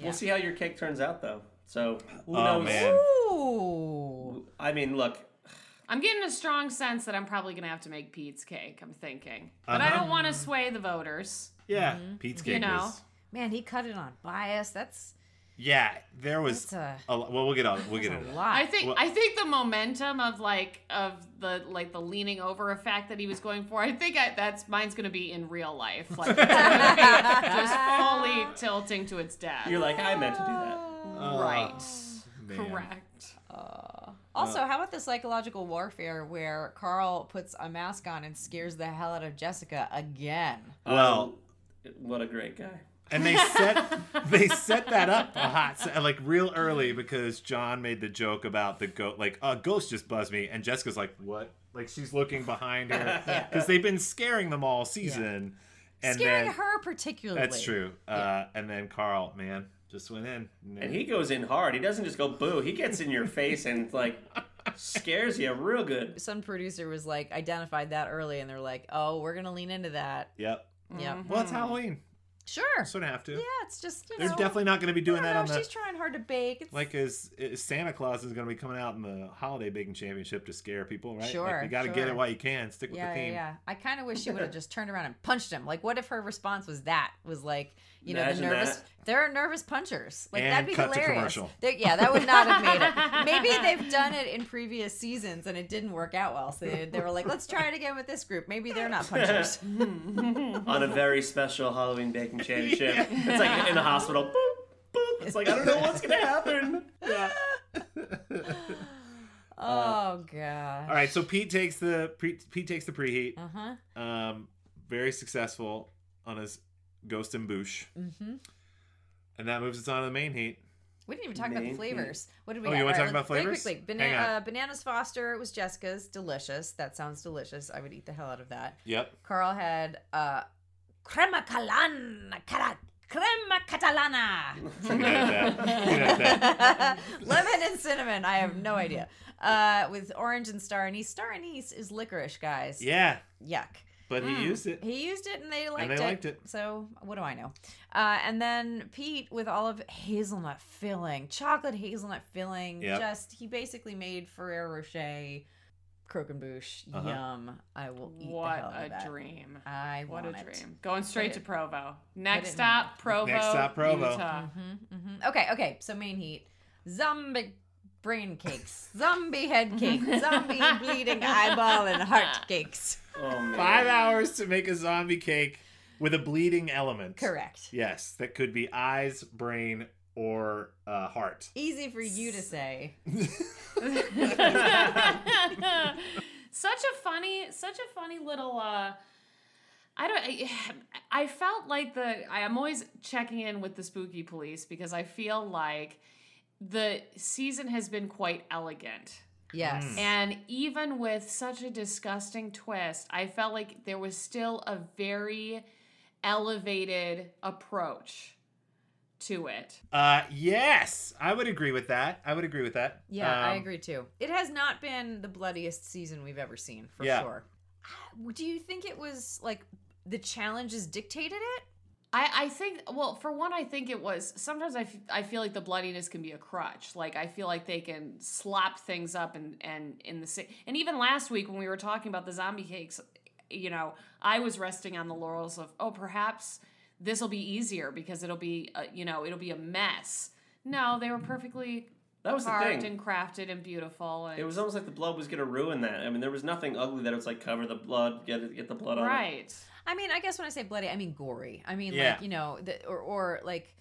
[SPEAKER 1] We'll see how your cake turns out though. So who
[SPEAKER 4] Oh,
[SPEAKER 1] knows?
[SPEAKER 4] man.
[SPEAKER 2] Ooh,
[SPEAKER 1] I mean, look,
[SPEAKER 3] I'm getting a strong sense that I'm probably gonna have to make Pete's cake. I'm thinking, but I
[SPEAKER 4] Uh-huh.
[SPEAKER 3] don't want to sway the voters.
[SPEAKER 4] Yeah,
[SPEAKER 2] Mm-hmm.
[SPEAKER 4] Pete's cake
[SPEAKER 3] You know.
[SPEAKER 4] was.
[SPEAKER 2] man, he cut it on bias. That's
[SPEAKER 4] Yeah, there was.
[SPEAKER 2] that's a,
[SPEAKER 4] A, lo- well, we'll get on. We'll
[SPEAKER 2] that's
[SPEAKER 4] get
[SPEAKER 2] a
[SPEAKER 4] into that.
[SPEAKER 2] lot.
[SPEAKER 3] I think
[SPEAKER 4] Well-
[SPEAKER 3] I think the momentum of like of the like the leaning over effect that he was going for. I think I, that's mine's gonna be in real life, like it's gonna be just fully tilting to its death.
[SPEAKER 1] you're like I meant to do that.
[SPEAKER 3] right,
[SPEAKER 4] Oh, Man.
[SPEAKER 3] correct.
[SPEAKER 4] uh,
[SPEAKER 2] also, how about the psychological warfare where Carl puts a mask on and scares the hell out of Jessica again?
[SPEAKER 4] Well,
[SPEAKER 1] Um, what a great guy.
[SPEAKER 4] and they set they set that up a hot se- like real early because John made the joke about the goat like a ghost just buzzed me and Jessica's like what like she's looking behind her because they've been scaring them all season and
[SPEAKER 2] Scaring
[SPEAKER 4] then
[SPEAKER 2] her particularly.
[SPEAKER 4] that's true uh, and then Carl man just went in
[SPEAKER 1] And he goes in hard. He doesn't just go boo. He gets in your face and like scares you real good.
[SPEAKER 2] Some producer was like identified that early, and they're like, "Oh, we're gonna lean into that."
[SPEAKER 4] yep
[SPEAKER 2] Yeah,
[SPEAKER 4] well it's Halloween
[SPEAKER 2] sure.
[SPEAKER 4] so gonna have to
[SPEAKER 2] Mm-hmm. Yeah, it's just you
[SPEAKER 4] they're
[SPEAKER 2] know,
[SPEAKER 4] definitely not gonna be doing
[SPEAKER 2] I
[SPEAKER 4] that
[SPEAKER 2] don't
[SPEAKER 4] on
[SPEAKER 2] know,
[SPEAKER 4] the
[SPEAKER 2] she's trying hard to bake. It's,
[SPEAKER 4] Like, is, is Santa Claus is going to be coming out in the holiday baking championship to scare people, right?
[SPEAKER 2] Sure,
[SPEAKER 4] Like, you got to get
[SPEAKER 2] sure.
[SPEAKER 4] it while you can. Stick with
[SPEAKER 2] yeah,
[SPEAKER 4] the
[SPEAKER 2] yeah,
[SPEAKER 4] theme.
[SPEAKER 2] yeah. I kind of wish she would have just turned around and punched him. Like, what if her response was that? Was like, you know,
[SPEAKER 1] Imagine
[SPEAKER 2] the nervous.
[SPEAKER 1] that.
[SPEAKER 2] There are nervous punchers. Like
[SPEAKER 4] And
[SPEAKER 2] that'd be
[SPEAKER 4] cut to
[SPEAKER 2] hilarious.
[SPEAKER 4] commercial.
[SPEAKER 2] They- yeah, that would not have made it. Maybe they've done it in previous seasons and it didn't work out well. So they, they were like, let's try it again with this group. Maybe they're not punchers.
[SPEAKER 1] on a very special Halloween baking championship. It's like in a hospital. Boop, boop. It's like I don't know what's gonna happen.
[SPEAKER 2] oh god.
[SPEAKER 4] Uh, All right, so Pete takes the Pete, Pete takes the preheat.
[SPEAKER 2] Uh huh.
[SPEAKER 4] Um, very successful on his ghost and boosh,
[SPEAKER 2] Mm-hmm.
[SPEAKER 4] and that moves us on to the main heat.
[SPEAKER 2] We didn't even talk about the
[SPEAKER 1] Main
[SPEAKER 2] flavors. What did we?
[SPEAKER 4] Oh, you
[SPEAKER 2] have?
[SPEAKER 4] wanna
[SPEAKER 2] All
[SPEAKER 4] talk about
[SPEAKER 2] very
[SPEAKER 4] flavors?
[SPEAKER 2] Quickly,
[SPEAKER 4] Hang
[SPEAKER 2] Bana-
[SPEAKER 4] on.
[SPEAKER 2] uh, bananas Foster was Jessica's. Delicious. That sounds delicious. I would eat the hell out of that.
[SPEAKER 4] Yep.
[SPEAKER 2] Carl had uh, crema calan, cara, crema
[SPEAKER 4] You're good at that. You're good at that.
[SPEAKER 2] catalana, lemon and cinnamon. I have no idea. Uh, with orange and star anise. Star anise is licorice, guys.
[SPEAKER 4] Yeah,
[SPEAKER 2] Yuck.
[SPEAKER 4] but he used it.
[SPEAKER 2] Hmm. He used it and they liked
[SPEAKER 4] they
[SPEAKER 2] it.
[SPEAKER 4] liked it.
[SPEAKER 2] So what do I know? Uh, and then Pete with all of hazelnut filling, chocolate hazelnut filling.
[SPEAKER 4] Yep.
[SPEAKER 2] Just he basically made Ferrero Rocher, croquembouche.
[SPEAKER 4] Uh-huh.
[SPEAKER 2] Yum! I will eat the
[SPEAKER 3] What
[SPEAKER 2] hell out of
[SPEAKER 3] a
[SPEAKER 2] that.
[SPEAKER 3] dream.
[SPEAKER 2] I
[SPEAKER 3] What
[SPEAKER 2] want
[SPEAKER 3] a
[SPEAKER 2] it.
[SPEAKER 3] dream. Going straight
[SPEAKER 2] it-
[SPEAKER 3] to Provo.
[SPEAKER 2] it
[SPEAKER 3] Next
[SPEAKER 2] in
[SPEAKER 3] stop, Provo.
[SPEAKER 4] Next stop, Provo.
[SPEAKER 3] Utah.
[SPEAKER 2] hmm Okay, okay. So main heat, zombie brain cakes, zombie head cake, zombie bleeding eyeball and heart cakes.
[SPEAKER 1] Oh man.
[SPEAKER 4] Five hours to make a zombie cake with a bleeding element.
[SPEAKER 2] Correct.
[SPEAKER 4] Yes, that could be eyes, brain, or uh, heart.
[SPEAKER 2] Easy for you to say.
[SPEAKER 3] such a funny, such a funny little. uh I don't. I, I felt like the. I am always checking in with the spooky police because I feel like the season has been quite elegant.
[SPEAKER 2] Yes.
[SPEAKER 4] Mm.
[SPEAKER 3] And even with such a disgusting twist, I felt like there was still a very elevated approach to it.
[SPEAKER 4] Uh, yes, I would agree with that. I would agree with that.
[SPEAKER 2] Yeah, I
[SPEAKER 4] Um,
[SPEAKER 2] agree too. It has not been the bloodiest season we've ever seen, for
[SPEAKER 4] Yeah.
[SPEAKER 2] sure. Uh, Do you think it was like the challenges dictated it?
[SPEAKER 3] I, I think well for one i think it was sometimes I, f- I feel like the bloodiness can be a crutch like i feel like they can slap things up and and in the sa- and even last week when we were talking about the zombie cakes you know i was resting on the laurels of oh perhaps this will be easier because it'll be uh, you know it'll be a mess no they were perfectly
[SPEAKER 1] That was the
[SPEAKER 3] carved
[SPEAKER 1] thing.
[SPEAKER 3] and crafted and beautiful and
[SPEAKER 1] It was almost like the blood was gonna ruin that. I mean, there was nothing ugly that it was like cover the blood, get it, get the blood on. it.
[SPEAKER 3] right
[SPEAKER 2] I mean, I guess when I say bloody, I mean gory. I mean,
[SPEAKER 4] Yeah.
[SPEAKER 2] like you know, the, or or like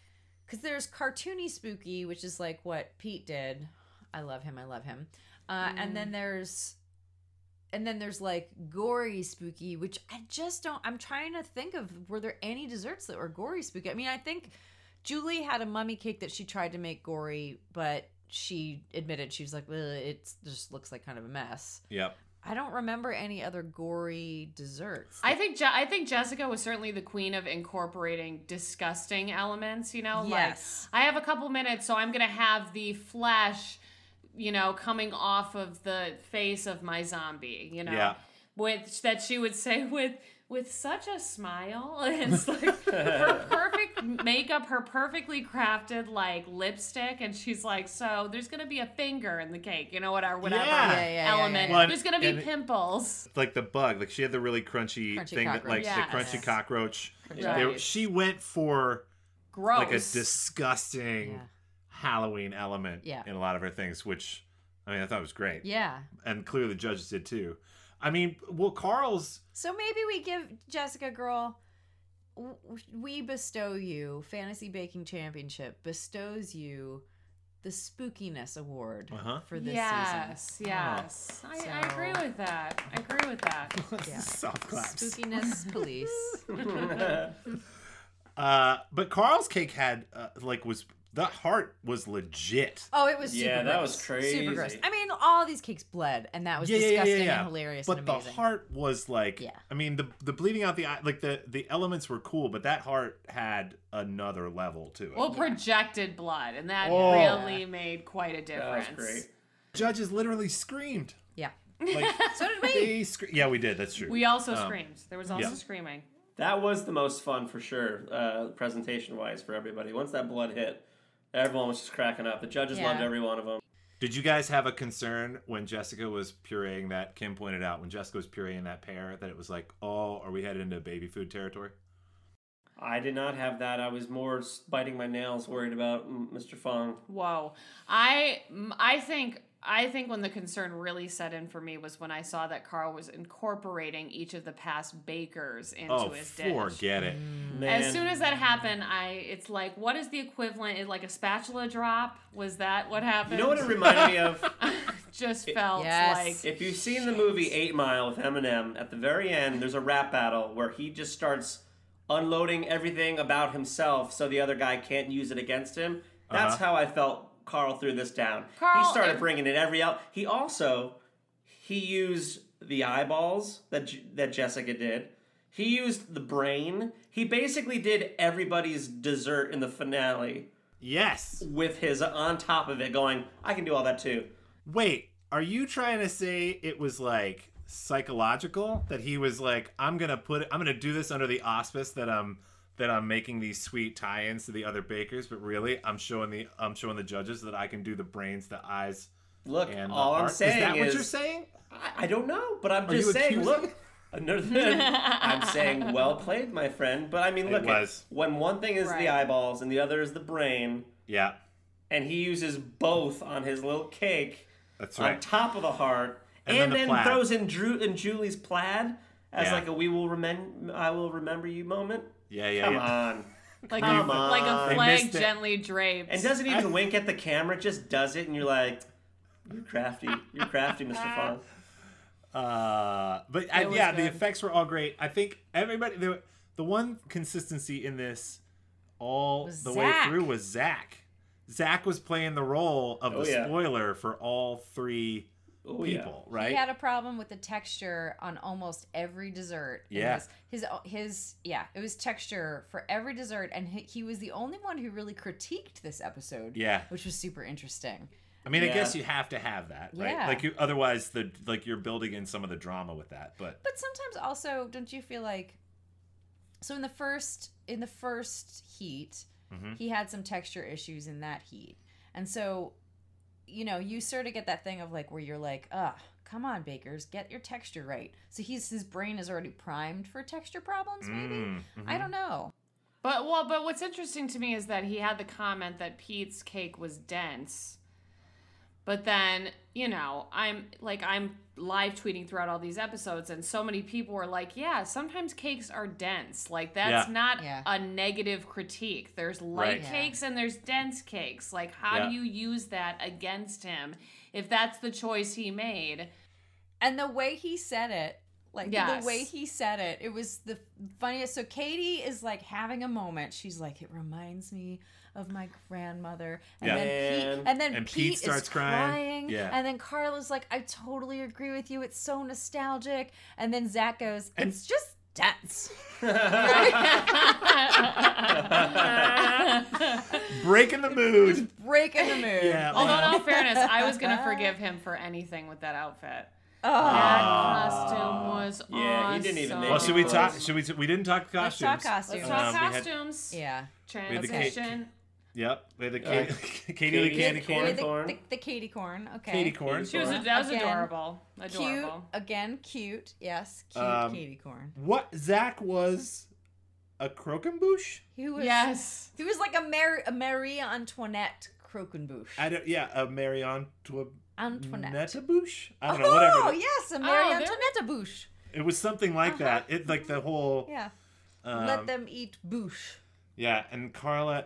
[SPEAKER 2] because there's cartoony spooky, which is like what Pete did. I love him. I love him. Uh, And
[SPEAKER 3] Mm.
[SPEAKER 2] then there's. And then there's like gory spooky, which I just don't. I'm trying to think of were there any desserts that were gory spooky? I mean, I think Julie had a mummy cake that she tried to make gory, but she admitted she was like, it just looks like kind of a mess.
[SPEAKER 4] Yep.
[SPEAKER 2] I don't remember any other gory desserts.
[SPEAKER 3] I think Je- I think Jessica was certainly the queen of incorporating disgusting elements. You know,
[SPEAKER 2] Yes.
[SPEAKER 3] like I have a couple minutes, so I'm gonna have the flesh, you know, coming off of the face of my zombie. You know,
[SPEAKER 4] Yeah.
[SPEAKER 3] with that she would say with with such a smile. It's like her perfect makeup, her perfectly crafted like lipstick, and she's like, so there's gonna be a finger in the cake. You know, whatever, whatever
[SPEAKER 4] Yeah. Yeah,
[SPEAKER 2] yeah, yeah,
[SPEAKER 3] element.
[SPEAKER 2] yeah,
[SPEAKER 4] yeah. Well,
[SPEAKER 3] There's gonna be
[SPEAKER 4] and-
[SPEAKER 3] pimples.
[SPEAKER 4] Like the bug, like she had the really crunchy,
[SPEAKER 2] Crunchy
[SPEAKER 4] thing that, like
[SPEAKER 2] cockroach.
[SPEAKER 4] the
[SPEAKER 3] Yes.
[SPEAKER 4] crunchy cockroach.
[SPEAKER 3] Right.
[SPEAKER 4] They were- she went for
[SPEAKER 3] Gross.
[SPEAKER 4] like a disgusting
[SPEAKER 2] Oh. Yeah.
[SPEAKER 4] Halloween element
[SPEAKER 2] Yeah.
[SPEAKER 4] in a lot of her things, which I mean, I thought was great.
[SPEAKER 2] Yeah.
[SPEAKER 4] And clearly the judges did too. I mean, well, Carl's
[SPEAKER 2] So maybe we give Jessica Girl, w- we bestow you, Fantasy Baking Championship bestows you the Spookiness Award
[SPEAKER 4] Uh-huh.
[SPEAKER 2] for this
[SPEAKER 3] yes, Yes, I, I
[SPEAKER 2] So-
[SPEAKER 3] agree with that. I agree with that.
[SPEAKER 2] Yeah.
[SPEAKER 4] soft claps.
[SPEAKER 2] season. Spookiness Police.
[SPEAKER 4] Uh, but Carl's cake had uh, like was the heart was legit.
[SPEAKER 2] Oh, it was super
[SPEAKER 1] Yeah, that
[SPEAKER 2] gross.
[SPEAKER 1] was
[SPEAKER 2] Super gross.
[SPEAKER 1] crazy.
[SPEAKER 2] I mean, all these cakes bled, and that was disgusting and hilarious
[SPEAKER 4] But
[SPEAKER 2] and
[SPEAKER 4] the
[SPEAKER 2] amazing.
[SPEAKER 4] heart was like,
[SPEAKER 2] Yeah.
[SPEAKER 4] I mean, the the bleeding out the eye, like the the elements were cool, but that heart had another level to it.
[SPEAKER 3] Well, projected blood, and that
[SPEAKER 4] Oh.
[SPEAKER 3] really made quite a
[SPEAKER 1] That
[SPEAKER 3] difference.
[SPEAKER 1] was great.
[SPEAKER 4] Judges literally screamed.
[SPEAKER 2] yeah.
[SPEAKER 4] Like,
[SPEAKER 2] So did we.
[SPEAKER 4] they scre- yeah, we did. That's true.
[SPEAKER 3] We also
[SPEAKER 1] Um,
[SPEAKER 3] screamed. There was also
[SPEAKER 4] yeah.
[SPEAKER 3] screaming.
[SPEAKER 1] That was the most fun for sure, uh, presentation wise for everybody. Once that blood hit, everyone was just cracking up. The judges
[SPEAKER 2] Yeah.
[SPEAKER 1] loved every one of them.
[SPEAKER 4] Did you guys have a concern when Jessica was pureeing that? Kim pointed out when Jessica was pureeing that pear that it was like, oh, are we headed into baby food territory?
[SPEAKER 1] I did not have that. I was more s- biting my nails, worried about mm, Mr. Fong.
[SPEAKER 3] Whoa. I m- I think I think when the concern really set in for me was when I saw that Carl was incorporating each of the past bakers into
[SPEAKER 4] Oh,
[SPEAKER 3] his dish.
[SPEAKER 4] forget it.
[SPEAKER 1] Man,
[SPEAKER 3] Mm. As soon as that happened, I it's like what is the equivalent? It, like a spatula drop? Was that what happened?
[SPEAKER 1] you know what it reminded me of?
[SPEAKER 3] just felt
[SPEAKER 2] Yes.
[SPEAKER 3] like
[SPEAKER 1] If you've seen the movie Eight Mile with Eminem, at the very end, there's a rap battle where he just starts unloading everything about himself so the other guy can't use it against him. That's
[SPEAKER 4] Uh-huh.
[SPEAKER 1] how I felt Carl threw this down.
[SPEAKER 3] Carl,
[SPEAKER 1] he started
[SPEAKER 3] and-
[SPEAKER 1] bringing in every out. He also he used the eyeballs that J- that Jessica did. He used the brain. He basically did everybody's dessert in the finale
[SPEAKER 4] Yes.
[SPEAKER 1] with his on top of it going, I can do all that too.
[SPEAKER 4] Wait, are you trying to say it was like psychological that he was like, I'm gonna put, I'm gonna do this under the auspice that I'm that I'm making these sweet tie-ins to the other bakers, but really I'm showing the I'm showing the judges that I can do the brains, the eyes,
[SPEAKER 1] Look,
[SPEAKER 4] and the
[SPEAKER 1] all I'm
[SPEAKER 4] heart.
[SPEAKER 1] saying
[SPEAKER 4] is that what
[SPEAKER 1] is-
[SPEAKER 4] you're saying?
[SPEAKER 1] I, I don't know, but I'm
[SPEAKER 4] Are
[SPEAKER 1] just
[SPEAKER 4] you
[SPEAKER 1] saying.
[SPEAKER 4] accusing-
[SPEAKER 1] Look, no, I'm saying well played, my friend. But I mean,
[SPEAKER 4] It
[SPEAKER 1] look,
[SPEAKER 4] was.
[SPEAKER 1] when one thing is
[SPEAKER 3] Right.
[SPEAKER 1] the eyeballs and the other is the brain,
[SPEAKER 4] Yeah,
[SPEAKER 1] and he uses both on his little cake
[SPEAKER 4] that's
[SPEAKER 1] on
[SPEAKER 4] right.
[SPEAKER 1] top of the heart,
[SPEAKER 4] And
[SPEAKER 1] and,
[SPEAKER 4] then
[SPEAKER 1] then,
[SPEAKER 4] the plaid.
[SPEAKER 1] throws in Drew and Julie's plaid as
[SPEAKER 4] Yeah.
[SPEAKER 1] like a "We will remember, I will remember you" moment.
[SPEAKER 4] yeah, yeah,
[SPEAKER 1] Come
[SPEAKER 4] yeah.
[SPEAKER 1] on.
[SPEAKER 3] like a,
[SPEAKER 1] Come
[SPEAKER 3] like
[SPEAKER 1] on.
[SPEAKER 3] a
[SPEAKER 1] They
[SPEAKER 3] flag
[SPEAKER 4] missed it.
[SPEAKER 3] gently draped.
[SPEAKER 1] And doesn't even wink at the camera; just does it, and you're like, "You're crafty, you're crafty, Mr. Fong."
[SPEAKER 4] Uh, but I,
[SPEAKER 3] was
[SPEAKER 4] yeah, the
[SPEAKER 3] good.
[SPEAKER 4] effects were all great. I think everybody the the one consistency in this all
[SPEAKER 2] Was
[SPEAKER 4] the
[SPEAKER 2] Zach.
[SPEAKER 4] way through was Zach. Zach was playing the role of
[SPEAKER 1] Oh,
[SPEAKER 4] the
[SPEAKER 1] yeah.
[SPEAKER 4] spoiler for all three
[SPEAKER 1] Oh, yeah.
[SPEAKER 4] people, right?
[SPEAKER 2] He had a problem with the texture on almost every dessert. in
[SPEAKER 4] Yeah.
[SPEAKER 2] His, his his yeah, it was texture for every dessert, and he, he was the only one who really critiqued this episode.
[SPEAKER 4] Yeah.
[SPEAKER 2] which was super interesting.
[SPEAKER 4] I mean, I
[SPEAKER 1] Yeah.
[SPEAKER 4] guess you have to have that, right?
[SPEAKER 2] Yeah.
[SPEAKER 4] Like you otherwise the like you're building in some of the drama with that, but
[SPEAKER 2] But sometimes also, don't you feel like? So in the first in the first heat,
[SPEAKER 4] mm-hmm.
[SPEAKER 2] he had some texture issues in that heat, and so, you know, you sort of get that thing of like where you're like, ah, come on, bakers, get your texture right. So he's his brain is already primed for texture problems, maybe.
[SPEAKER 4] Mm,
[SPEAKER 2] I don't know.
[SPEAKER 3] But well, but what's interesting to me is that he had the comment that Pete's cake was dense. But then, you know, I'm like I'm live tweeting throughout all these episodes and so many people were like, "Yeah, sometimes cakes are dense." Like that's
[SPEAKER 4] Yeah.
[SPEAKER 3] not
[SPEAKER 2] Yeah.
[SPEAKER 3] a negative critique. There's light
[SPEAKER 4] Right.
[SPEAKER 2] Yeah.
[SPEAKER 3] cakes and there's dense cakes. Like how
[SPEAKER 4] Yeah.
[SPEAKER 3] do you use that against him if that's the choice he made?
[SPEAKER 2] And the way he said it, like
[SPEAKER 3] Yes.
[SPEAKER 2] the way he said it, it was the funniest. So Katie is like having a moment. She's like, it reminds me of my grandmother. And
[SPEAKER 4] Yeah.
[SPEAKER 2] then Pete,
[SPEAKER 1] Man.
[SPEAKER 2] and then
[SPEAKER 4] And
[SPEAKER 2] Pete,
[SPEAKER 4] Pete starts
[SPEAKER 2] is
[SPEAKER 4] crying.
[SPEAKER 2] crying.
[SPEAKER 4] Yeah.
[SPEAKER 2] And then Carla's like, I totally agree with you. It's so nostalgic. And then Zach goes,
[SPEAKER 4] And-
[SPEAKER 2] it's just dense.
[SPEAKER 4] Mm-hmm. breaking the mood.
[SPEAKER 2] Breaking the mood.
[SPEAKER 4] Yeah.
[SPEAKER 3] Although in
[SPEAKER 4] man.
[SPEAKER 3] all fairness, I was going to forgive him for anything with that outfit.
[SPEAKER 2] Oh.
[SPEAKER 3] That
[SPEAKER 4] Ah.
[SPEAKER 3] costume was
[SPEAKER 1] Yeah, he didn't even
[SPEAKER 3] awesome.
[SPEAKER 1] make
[SPEAKER 4] well,
[SPEAKER 1] it.
[SPEAKER 4] should Oh, we
[SPEAKER 1] Clothes.
[SPEAKER 4] talk? Should we? We didn't talk
[SPEAKER 2] Let's
[SPEAKER 4] costumes.
[SPEAKER 2] talk costumes.
[SPEAKER 3] Let's
[SPEAKER 4] Um,
[SPEAKER 3] talk
[SPEAKER 4] we had-
[SPEAKER 3] costumes.
[SPEAKER 2] Yeah.
[SPEAKER 4] We had the cake.
[SPEAKER 3] Transition.
[SPEAKER 4] Yep. We had the
[SPEAKER 1] Uh,
[SPEAKER 4] Katie, Katie
[SPEAKER 1] Katie-
[SPEAKER 2] The,
[SPEAKER 4] the candy corn.
[SPEAKER 1] Katie Corn.
[SPEAKER 2] the, the Katie corn. Okay.
[SPEAKER 4] Katie corn.
[SPEAKER 3] She was
[SPEAKER 1] Corn.
[SPEAKER 3] that was
[SPEAKER 2] Again.
[SPEAKER 3] adorable.
[SPEAKER 2] Cute
[SPEAKER 3] Adorable.
[SPEAKER 2] again, cute. Yes, cute
[SPEAKER 4] Um,
[SPEAKER 2] Katie Corn.
[SPEAKER 4] What Zach was a croquembouche?
[SPEAKER 2] He was
[SPEAKER 3] Yes.
[SPEAKER 2] He was like a Mary a Marie Antoinette Croquembouche.
[SPEAKER 4] I don't. Yeah, a Mary Antoinette
[SPEAKER 2] Antoinette.
[SPEAKER 4] Bouche. I
[SPEAKER 2] oh,
[SPEAKER 4] don't know. Whatever.
[SPEAKER 2] yes, a Mary
[SPEAKER 3] Oh, there-
[SPEAKER 2] Antoinette Bouche.
[SPEAKER 4] It was something like that. It like the whole.
[SPEAKER 2] Uh-huh. Yeah.
[SPEAKER 4] um,
[SPEAKER 2] Let them eat Bouche.
[SPEAKER 4] Yeah, and Carla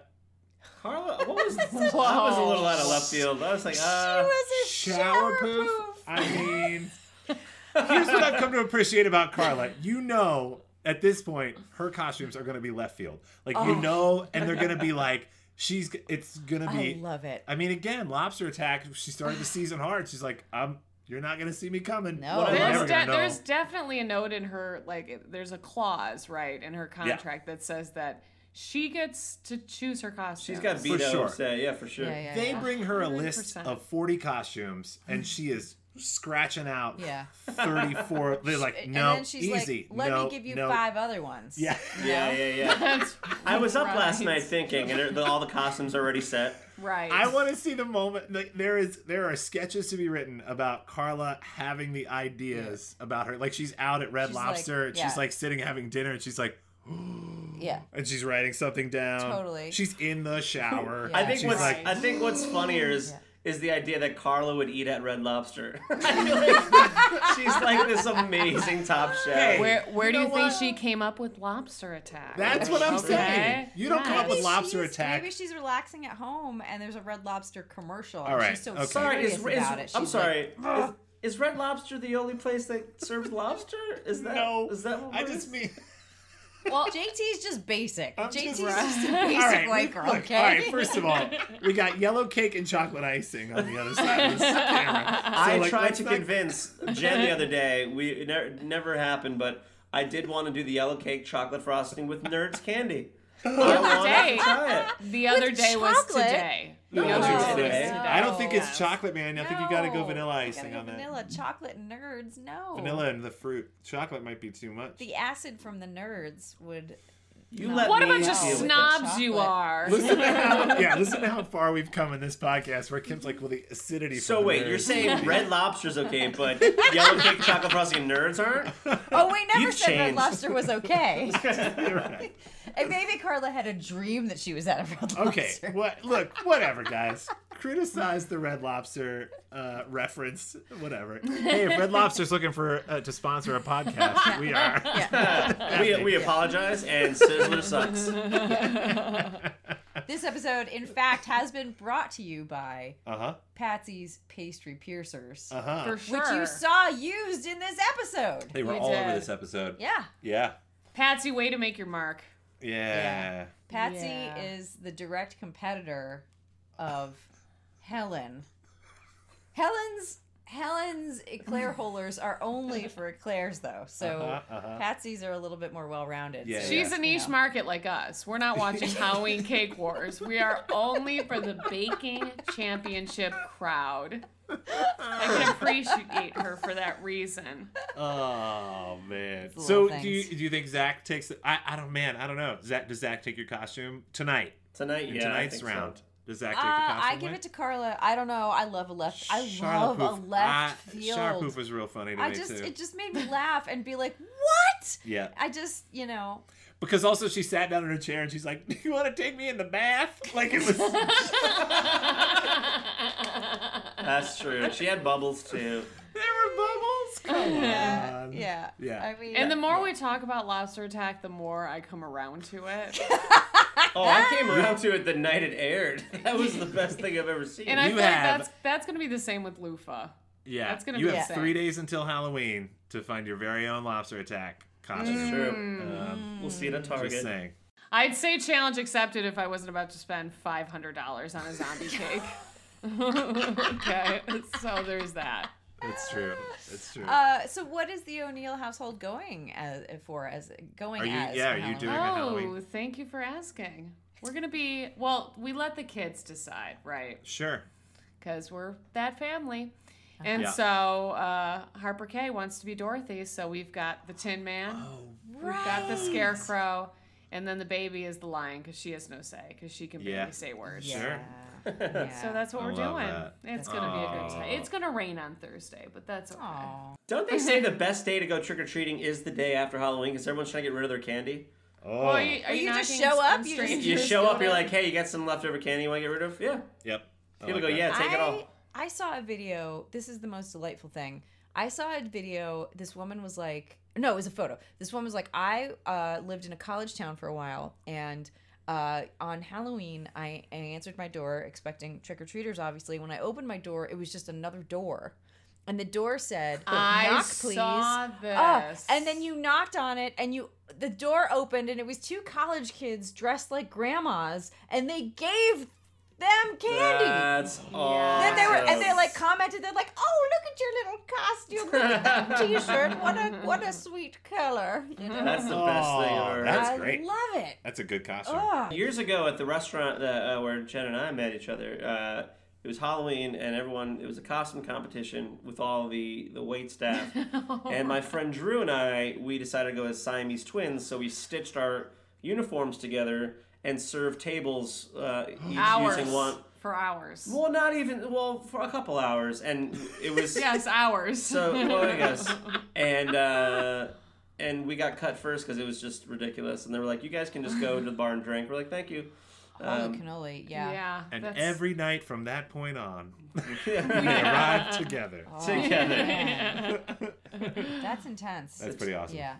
[SPEAKER 1] Carla, what was that? was a little out of left field. I was like, uh,
[SPEAKER 2] she was his
[SPEAKER 4] shower
[SPEAKER 2] shower
[SPEAKER 4] proof.
[SPEAKER 2] proof.
[SPEAKER 4] I mean, here's what I've come to appreciate about Carla. You know, at this point, her costumes are going to be left field. Like
[SPEAKER 2] Oh.
[SPEAKER 4] you know, and they're going to be like she's. g- It's going to
[SPEAKER 2] I
[SPEAKER 4] be.
[SPEAKER 2] love it.
[SPEAKER 4] I mean, again, lobster attack. She started the season hard. She's like, I'm. You're not going to see me coming.
[SPEAKER 2] No.
[SPEAKER 4] What am I
[SPEAKER 3] There's,
[SPEAKER 4] ever
[SPEAKER 3] de-
[SPEAKER 4] gonna know?
[SPEAKER 3] there's definitely a note in her like it- there's a clause right in her contract that says that she gets to choose her costume.
[SPEAKER 1] she's got
[SPEAKER 4] For
[SPEAKER 1] beat up.
[SPEAKER 4] sure.
[SPEAKER 1] Say, yeah, for sure.
[SPEAKER 2] Yeah, yeah,
[SPEAKER 4] They
[SPEAKER 2] yeah.
[SPEAKER 4] bring her a list
[SPEAKER 3] 100%.
[SPEAKER 4] of 40 costumes and she is scratching out
[SPEAKER 2] Yeah.
[SPEAKER 4] 34. They're like,
[SPEAKER 2] And
[SPEAKER 4] no,
[SPEAKER 2] then she's
[SPEAKER 4] easy.
[SPEAKER 2] like, let
[SPEAKER 4] no,
[SPEAKER 2] me give you
[SPEAKER 4] no.
[SPEAKER 2] five other ones.
[SPEAKER 4] Yeah.
[SPEAKER 1] Yeah, yeah, yeah.
[SPEAKER 3] That's
[SPEAKER 1] I was up last
[SPEAKER 3] Right.
[SPEAKER 1] night thinking, and it- the, all the costumes are already set.
[SPEAKER 3] right.
[SPEAKER 4] I want to see the moment. Like, there is there are sketches to be written about Carla having the ideas about her. Like she's out at Red
[SPEAKER 2] She's like-
[SPEAKER 4] Lobster. and
[SPEAKER 2] yeah.
[SPEAKER 4] She's like sitting having dinner, and she's like,
[SPEAKER 2] Yeah.
[SPEAKER 4] and she's writing something down.
[SPEAKER 2] Totally.
[SPEAKER 4] She's in the shower.
[SPEAKER 2] Yeah.
[SPEAKER 1] I think
[SPEAKER 4] she's
[SPEAKER 1] what's
[SPEAKER 4] like,
[SPEAKER 1] I think what's funnier is
[SPEAKER 2] Yeah.
[SPEAKER 1] is the idea that Carla would eat at Red Lobster. I feel like she's like this amazing Top Chef.
[SPEAKER 4] Hey.
[SPEAKER 3] Where where do
[SPEAKER 4] You
[SPEAKER 3] you
[SPEAKER 4] know
[SPEAKER 3] think
[SPEAKER 4] what?
[SPEAKER 3] she came up with lobster attack?
[SPEAKER 4] That's what I'm
[SPEAKER 3] Okay.
[SPEAKER 4] saying. You don't come up with
[SPEAKER 3] Nice.
[SPEAKER 4] lobster
[SPEAKER 2] she's-
[SPEAKER 4] attack.
[SPEAKER 2] Maybe she's relaxing at home and there's a Red Lobster commercial.
[SPEAKER 4] All
[SPEAKER 2] and
[SPEAKER 4] right,
[SPEAKER 2] She's so
[SPEAKER 4] okay.
[SPEAKER 1] Sorry,
[SPEAKER 2] serious
[SPEAKER 1] is, is,
[SPEAKER 2] about it.
[SPEAKER 1] I'm
[SPEAKER 2] She's
[SPEAKER 1] sorry. Is, is Red Lobster the only place that serves lobster? Is that
[SPEAKER 4] no,
[SPEAKER 1] Is that what
[SPEAKER 4] I
[SPEAKER 1] we're-
[SPEAKER 4] just mean.
[SPEAKER 2] Like, JT's just basic.
[SPEAKER 4] I'm
[SPEAKER 2] JT's
[SPEAKER 4] just-
[SPEAKER 2] just, a basic
[SPEAKER 4] all right,
[SPEAKER 2] white girl.
[SPEAKER 4] look,
[SPEAKER 2] okay.
[SPEAKER 4] all right. First of all, we got yellow cake and chocolate icing on the other side of this camera. So,
[SPEAKER 1] I
[SPEAKER 4] like,
[SPEAKER 1] tried
[SPEAKER 4] let's
[SPEAKER 1] to
[SPEAKER 4] not-
[SPEAKER 1] convince Jen the other day. We it never, it never happened, but I did want to do the yellow cake chocolate frosting with nerds candy. I wanted
[SPEAKER 3] day.
[SPEAKER 1] to try it.
[SPEAKER 3] The other
[SPEAKER 2] With
[SPEAKER 3] day was
[SPEAKER 2] chocolate?
[SPEAKER 3] today. The
[SPEAKER 1] No.
[SPEAKER 3] other day was
[SPEAKER 1] Today.
[SPEAKER 3] today.
[SPEAKER 4] I don't think it's
[SPEAKER 3] Yes.
[SPEAKER 4] chocolate, man. I think you gotta go
[SPEAKER 2] No,
[SPEAKER 4] vanilla
[SPEAKER 2] you gotta
[SPEAKER 4] icing
[SPEAKER 2] go
[SPEAKER 4] on that.
[SPEAKER 2] Vanilla, chocolate nerds, no.
[SPEAKER 4] Vanilla and the fruit. Chocolate might be too much.
[SPEAKER 2] The acid from the nerds would.
[SPEAKER 1] You
[SPEAKER 2] No.
[SPEAKER 1] let
[SPEAKER 3] What
[SPEAKER 1] me
[SPEAKER 3] a bunch of
[SPEAKER 1] deal with it.
[SPEAKER 3] snobs you
[SPEAKER 2] Chocolate.
[SPEAKER 3] are.
[SPEAKER 4] Listen to how yeah, listen to how far we've come in this podcast where Kim's like, well, the acidity.
[SPEAKER 1] So
[SPEAKER 4] from the
[SPEAKER 1] wait, you're
[SPEAKER 4] nerds-
[SPEAKER 1] saying red lobster's okay, but yellow cake chocolate frosting nerds aren't?
[SPEAKER 2] Oh, we never
[SPEAKER 1] You've
[SPEAKER 2] said Red
[SPEAKER 1] changed.
[SPEAKER 2] Lobster was okay.
[SPEAKER 4] You're right.
[SPEAKER 2] and maybe Carla had a dream that she was at a Red Lobster.
[SPEAKER 4] Okay, what? Look, whatever, guys. Criticize the Red Lobster uh, reference, whatever. Hey, if Red Lobster's looking for uh, to sponsor a podcast, we are.
[SPEAKER 1] Uh, we we apologize, and Sizzler sucks.
[SPEAKER 2] This episode, in fact, has been brought to you by
[SPEAKER 4] Uh huh.
[SPEAKER 2] Patsy's Pastry Piercers,
[SPEAKER 4] Uh huh.
[SPEAKER 3] For sure.
[SPEAKER 2] which you saw used in this episode.
[SPEAKER 4] They were
[SPEAKER 3] We
[SPEAKER 4] all over
[SPEAKER 3] did.
[SPEAKER 4] this episode.
[SPEAKER 2] Yeah.
[SPEAKER 4] Yeah.
[SPEAKER 3] Patsy, way to make your mark.
[SPEAKER 4] Yeah.
[SPEAKER 2] Patsy
[SPEAKER 3] Yeah.
[SPEAKER 2] is the direct competitor of Helen. Helen's Helen's eclair holders are only for eclairs though. So
[SPEAKER 4] Uh-huh, uh-huh.
[SPEAKER 2] Patsy's are a little bit more well rounded.
[SPEAKER 4] Yeah,
[SPEAKER 3] She's
[SPEAKER 4] yeah.
[SPEAKER 3] a niche
[SPEAKER 2] Yeah.
[SPEAKER 3] market like us. We're not watching Halloween Cake Wars. We are only for the baking championship crowd. I can appreciate her for that reason.
[SPEAKER 4] Oh man.
[SPEAKER 2] It's a
[SPEAKER 4] So
[SPEAKER 2] little
[SPEAKER 4] do you
[SPEAKER 2] things.
[SPEAKER 4] do you think Zach takes? I I don't man. I don't know. Zach does Zach take your costume tonight?
[SPEAKER 1] Tonight,
[SPEAKER 4] In
[SPEAKER 1] yeah, I
[SPEAKER 4] tonight's
[SPEAKER 1] think so.
[SPEAKER 4] round, does Zach
[SPEAKER 2] Uh,
[SPEAKER 4] take the costume?
[SPEAKER 2] I give
[SPEAKER 4] away?
[SPEAKER 2] it to Carla. I don't know. I love a left. I
[SPEAKER 4] Charlotte
[SPEAKER 2] love a
[SPEAKER 4] Poof.
[SPEAKER 2] left
[SPEAKER 4] I-
[SPEAKER 2] field.
[SPEAKER 4] Charlotte Poof was real funny to
[SPEAKER 2] I
[SPEAKER 4] me
[SPEAKER 2] just
[SPEAKER 4] too.
[SPEAKER 2] it just made me laugh and be like, what?
[SPEAKER 4] yeah,
[SPEAKER 2] I just you know
[SPEAKER 4] because also she sat down in her chair and she's like, "Do you want to take me in the bath?" Like it was. there
[SPEAKER 1] That's true. She had bubbles too.
[SPEAKER 4] were bubbles. Come
[SPEAKER 2] yeah
[SPEAKER 4] on.
[SPEAKER 2] yeah
[SPEAKER 4] Yeah.
[SPEAKER 2] I mean
[SPEAKER 3] And the more we talk about lobster attack, the more I come around to it.
[SPEAKER 1] Oh, I came
[SPEAKER 3] Ah.
[SPEAKER 1] around to it the night it aired. That was the best thing I've ever seen.
[SPEAKER 3] And I
[SPEAKER 4] You
[SPEAKER 3] feel like
[SPEAKER 4] have-
[SPEAKER 3] that's that's gonna be the same with Lufa.
[SPEAKER 4] Yeah.
[SPEAKER 3] That's gonna
[SPEAKER 4] you
[SPEAKER 3] be
[SPEAKER 4] have
[SPEAKER 3] the same.
[SPEAKER 4] three days until Halloween to find your very own lobster attack costume.
[SPEAKER 1] It's
[SPEAKER 2] Mm.
[SPEAKER 1] true.
[SPEAKER 4] Um,
[SPEAKER 1] We'll see it at
[SPEAKER 4] just
[SPEAKER 1] Target.
[SPEAKER 4] saying.
[SPEAKER 3] I'd say challenge accepted if I wasn't about to spend five hundred dollars on a zombie cake. okay, so there's that.
[SPEAKER 4] It's true. It's true.
[SPEAKER 2] Uh, so what is the O'Neill household going as eh, for as going
[SPEAKER 4] Are you-
[SPEAKER 2] as?
[SPEAKER 4] yeah,
[SPEAKER 2] for
[SPEAKER 4] are you
[SPEAKER 2] Halloween?
[SPEAKER 4] doing- During the
[SPEAKER 3] Oh,
[SPEAKER 4] Halloween.
[SPEAKER 3] thank you for asking. We're gonna be well. We let the kids decide, right?
[SPEAKER 4] sure.
[SPEAKER 3] Because we're that family. And
[SPEAKER 4] Yeah.
[SPEAKER 3] so uh, Harper K wants to be Dorothy, so we've got the Tin Man,
[SPEAKER 4] Oh,
[SPEAKER 3] we've got the Scarecrow, and then the baby is the lion because she has no say because she can barely
[SPEAKER 4] Yeah.
[SPEAKER 3] say words.
[SPEAKER 2] Yeah.
[SPEAKER 4] Sure.
[SPEAKER 2] yeah.
[SPEAKER 3] So that's what
[SPEAKER 4] I
[SPEAKER 3] we're
[SPEAKER 4] love
[SPEAKER 3] doing.
[SPEAKER 4] that.
[SPEAKER 3] It's gonna be a good
[SPEAKER 4] Aw.
[SPEAKER 3] time. It's gonna rain on Thursday, but that's okay.
[SPEAKER 2] Aw.
[SPEAKER 1] Don't they say the best day to go trick or treating is the day after Halloween because everyone's trying to get rid of their candy?
[SPEAKER 4] Oh.
[SPEAKER 3] Well, are you, are
[SPEAKER 2] Well,
[SPEAKER 3] you
[SPEAKER 2] you just
[SPEAKER 3] knocking
[SPEAKER 2] show
[SPEAKER 3] on
[SPEAKER 2] up, you
[SPEAKER 3] strangers'
[SPEAKER 2] just-
[SPEAKER 1] You show up,
[SPEAKER 3] door?
[SPEAKER 1] you're like, hey, you got some leftover candy you want to get rid of? Yeah.
[SPEAKER 4] Yep. I
[SPEAKER 1] People
[SPEAKER 4] like
[SPEAKER 1] go,
[SPEAKER 4] that.
[SPEAKER 1] yeah, take it
[SPEAKER 2] I
[SPEAKER 1] all.
[SPEAKER 2] I saw a video. This is the most delightful thing. I saw a video. This woman was like, no, it was a photo. This woman was like, I uh, lived in a college town for a while, and uh, on Halloween, I, I answered my door expecting trick or treaters. Obviously, when I opened my door, it was just another door, and the door said,
[SPEAKER 3] I
[SPEAKER 2] "Knock, please."
[SPEAKER 3] saw this.
[SPEAKER 2] Oh, and then you knocked on it and you the door opened and it was two college kids dressed like grandmas and they gave them candy.
[SPEAKER 1] That's awesome.
[SPEAKER 2] then they were and they like commented, they're like, Oh, look at your little costume, look at that t shirt. What a what a sweet color. You know?
[SPEAKER 1] That's the best thing
[SPEAKER 4] Aw,
[SPEAKER 1] I've ever.
[SPEAKER 4] that's-
[SPEAKER 2] I
[SPEAKER 4] great.
[SPEAKER 2] love it.
[SPEAKER 4] That's a good costume.
[SPEAKER 2] Oh,
[SPEAKER 1] Years ago at the restaurant uh, uh, where Jen and I met each other, uh, it was Halloween and everyone. It was a costume competition with all the the wait staff, and my friend Drew and I we decided to go as Siamese twins. So we stitched our uniforms together and served tables uh, each
[SPEAKER 3] hours
[SPEAKER 1] using one.
[SPEAKER 3] for hours.
[SPEAKER 1] Well, not even well for a couple hours, and it was
[SPEAKER 3] yes, hours.
[SPEAKER 1] so well, I guess. And uh, and we got cut first because it was just ridiculous. And they were like, "You guys can just go to the bar and drink." We're like, "Thank you."
[SPEAKER 4] Um,
[SPEAKER 2] Holy cannoli, yeah.
[SPEAKER 3] yeah.
[SPEAKER 4] And
[SPEAKER 3] that's-
[SPEAKER 4] every night from that point on, we
[SPEAKER 1] Yeah.
[SPEAKER 4] arrived together.
[SPEAKER 1] Together,
[SPEAKER 2] Man. Oh. That's intense.
[SPEAKER 4] That's pretty awesome.
[SPEAKER 2] yeah.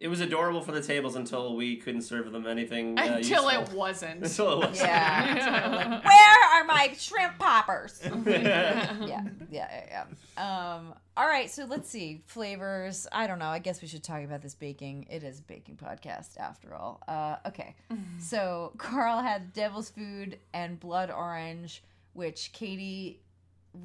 [SPEAKER 1] it was adorable for the tables until we couldn't serve them anything uh,
[SPEAKER 3] until it
[SPEAKER 1] useful.
[SPEAKER 3] wasn't.
[SPEAKER 1] until it was.
[SPEAKER 2] Yeah. Where are my shrimp poppers?
[SPEAKER 1] Yeah.
[SPEAKER 2] yeah, yeah, yeah, yeah. Um, all right, so let's see flavors. I don't know. I guess we should talk about this baking. It is a baking podcast after all. Uh, okay, so Carl had devil's food and blood orange, which Katie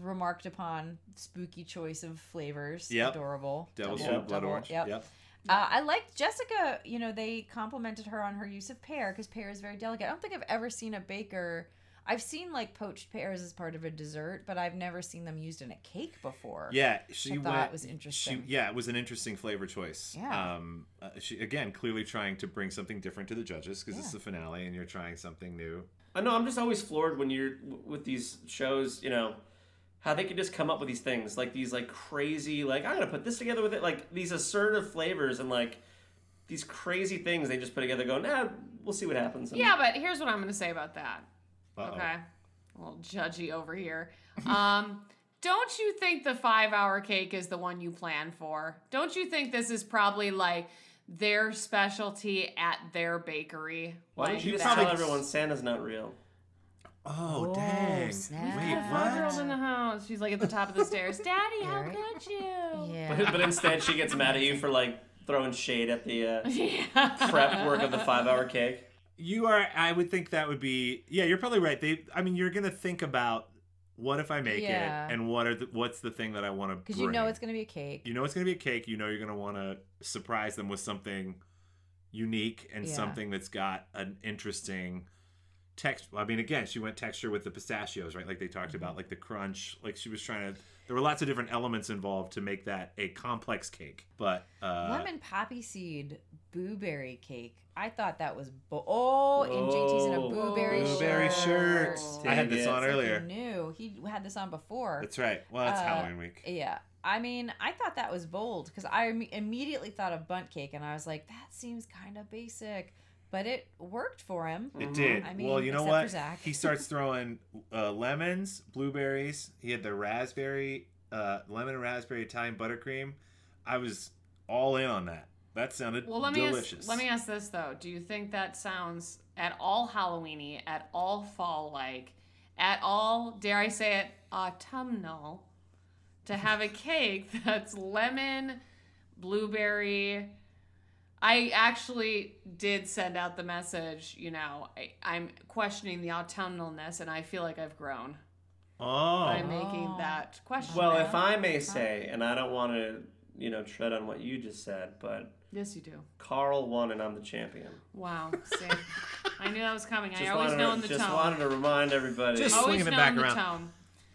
[SPEAKER 2] remarked upon. Spooky choice of flavors.
[SPEAKER 4] Yep.
[SPEAKER 2] adorable.
[SPEAKER 4] Devil's
[SPEAKER 2] Double-
[SPEAKER 4] food, blood
[SPEAKER 2] double-
[SPEAKER 4] orange.
[SPEAKER 2] Yep. Uh, I liked Jessica. You know, they complimented her on her use of pear because pear is very delicate. I don't think I've ever seen a baker. I've seen like poached pears as part of a dessert, but I've never seen them used in a cake before.
[SPEAKER 4] Yeah, she
[SPEAKER 2] I
[SPEAKER 4] went.
[SPEAKER 2] thought it was
[SPEAKER 4] she-
[SPEAKER 2] interesting.
[SPEAKER 4] yeah, it was an interesting flavor choice.
[SPEAKER 2] Yeah.
[SPEAKER 4] Um, uh, she again clearly trying to bring something different to the judges because it's
[SPEAKER 2] Yeah.
[SPEAKER 4] the finale and you're trying something new.
[SPEAKER 1] I know. Uh, I'm just always floored when you're w- with these shows. You know how they could just come up with these things like these like crazy like I'm gonna put this together with it like these assertive flavors and like these crazy things they just put together. Go nah, we'll see what happens. And
[SPEAKER 3] Yeah, but here's what I'm going to say about that.
[SPEAKER 4] Uh-oh.
[SPEAKER 3] Okay. A little judgy over here. Um, don't you think the five hour cake is the one you plan for? Don't you think this is probably like their specialty at their bakery?
[SPEAKER 1] Why
[SPEAKER 3] like
[SPEAKER 1] don't you just
[SPEAKER 3] that?
[SPEAKER 1] tell everyone Santa's not real?
[SPEAKER 4] Oh
[SPEAKER 2] Whoa,
[SPEAKER 4] dang!
[SPEAKER 2] snap.
[SPEAKER 3] Five
[SPEAKER 4] Wait,
[SPEAKER 3] girls
[SPEAKER 4] what?
[SPEAKER 3] in the house. She's like at the top of the stairs. Daddy, how
[SPEAKER 2] Right.
[SPEAKER 3] could you?
[SPEAKER 2] Yeah.
[SPEAKER 1] But, but instead, she gets mad at you for like throwing shade at the uh,
[SPEAKER 3] Yeah.
[SPEAKER 1] prep work of the five-hour cake.
[SPEAKER 4] You are. I would think that would be. Yeah, you're probably right. They. I mean, you're gonna think about what if I make
[SPEAKER 2] Yeah.
[SPEAKER 4] it and what are the, what's the thing that I want to.
[SPEAKER 2] Because you know it's going to be a cake.
[SPEAKER 4] you know it's going to be a cake you know you're going to want to surprise them with something unique and
[SPEAKER 2] Yeah.
[SPEAKER 4] something that's got an interesting text i mean again she went texture with the pistachios right like they talked
[SPEAKER 2] Mm-hmm.
[SPEAKER 4] about like the crunch like she was trying to there were lots of different elements involved to make that a complex cake but uh
[SPEAKER 2] Lemon poppy seed blueberry cake. I thought that was bo- oh, and JT's in a
[SPEAKER 1] Oh,
[SPEAKER 2] blueberry,
[SPEAKER 4] blueberry
[SPEAKER 2] shirt.
[SPEAKER 4] shirts i had this
[SPEAKER 1] Yeah,
[SPEAKER 4] on
[SPEAKER 1] it's
[SPEAKER 4] earlier
[SPEAKER 2] New. He had this on before.
[SPEAKER 4] that's right well it's
[SPEAKER 2] Uh,
[SPEAKER 4] halloween week
[SPEAKER 2] Yeah. I mean, I thought that was bold because I im- immediately thought of bunt cake and I was like, that seems kind of basic, but it worked for him.
[SPEAKER 4] It did.
[SPEAKER 2] Mm-hmm. I
[SPEAKER 4] well,
[SPEAKER 2] mean,
[SPEAKER 4] you know
[SPEAKER 2] except for
[SPEAKER 4] what?
[SPEAKER 2] Zach.
[SPEAKER 4] He starts throwing uh, lemons, blueberries. He had the raspberry, uh, lemon raspberry Italian buttercream. I was all in on that. That sounded
[SPEAKER 3] Well, let me
[SPEAKER 4] delicious.
[SPEAKER 3] ask, let me ask this though. Do you think that sounds at all Halloweeny, at all fall like, at all dare I say it autumnal, to have a cake that's lemon, blueberry? I actually did send out the message. You know, I, I'm questioning the autumnalness, and I feel like I've grown
[SPEAKER 4] Oh,
[SPEAKER 3] by
[SPEAKER 4] I
[SPEAKER 3] making
[SPEAKER 2] Oh.
[SPEAKER 3] that question.
[SPEAKER 1] Well, if I may say, and I don't want to, you know, tread on what you just said, but
[SPEAKER 3] yes, you do.
[SPEAKER 1] Carl won, and I'm the champion.
[SPEAKER 3] Wow, see, I knew that was coming. I
[SPEAKER 1] Just
[SPEAKER 3] always
[SPEAKER 1] wanted
[SPEAKER 3] know
[SPEAKER 1] to,
[SPEAKER 3] in the
[SPEAKER 1] just
[SPEAKER 3] tone.
[SPEAKER 1] wanted to remind everybody.
[SPEAKER 4] Just-
[SPEAKER 3] Always
[SPEAKER 4] Swinging it
[SPEAKER 3] know
[SPEAKER 4] back
[SPEAKER 3] in the
[SPEAKER 4] around.
[SPEAKER 3] tone.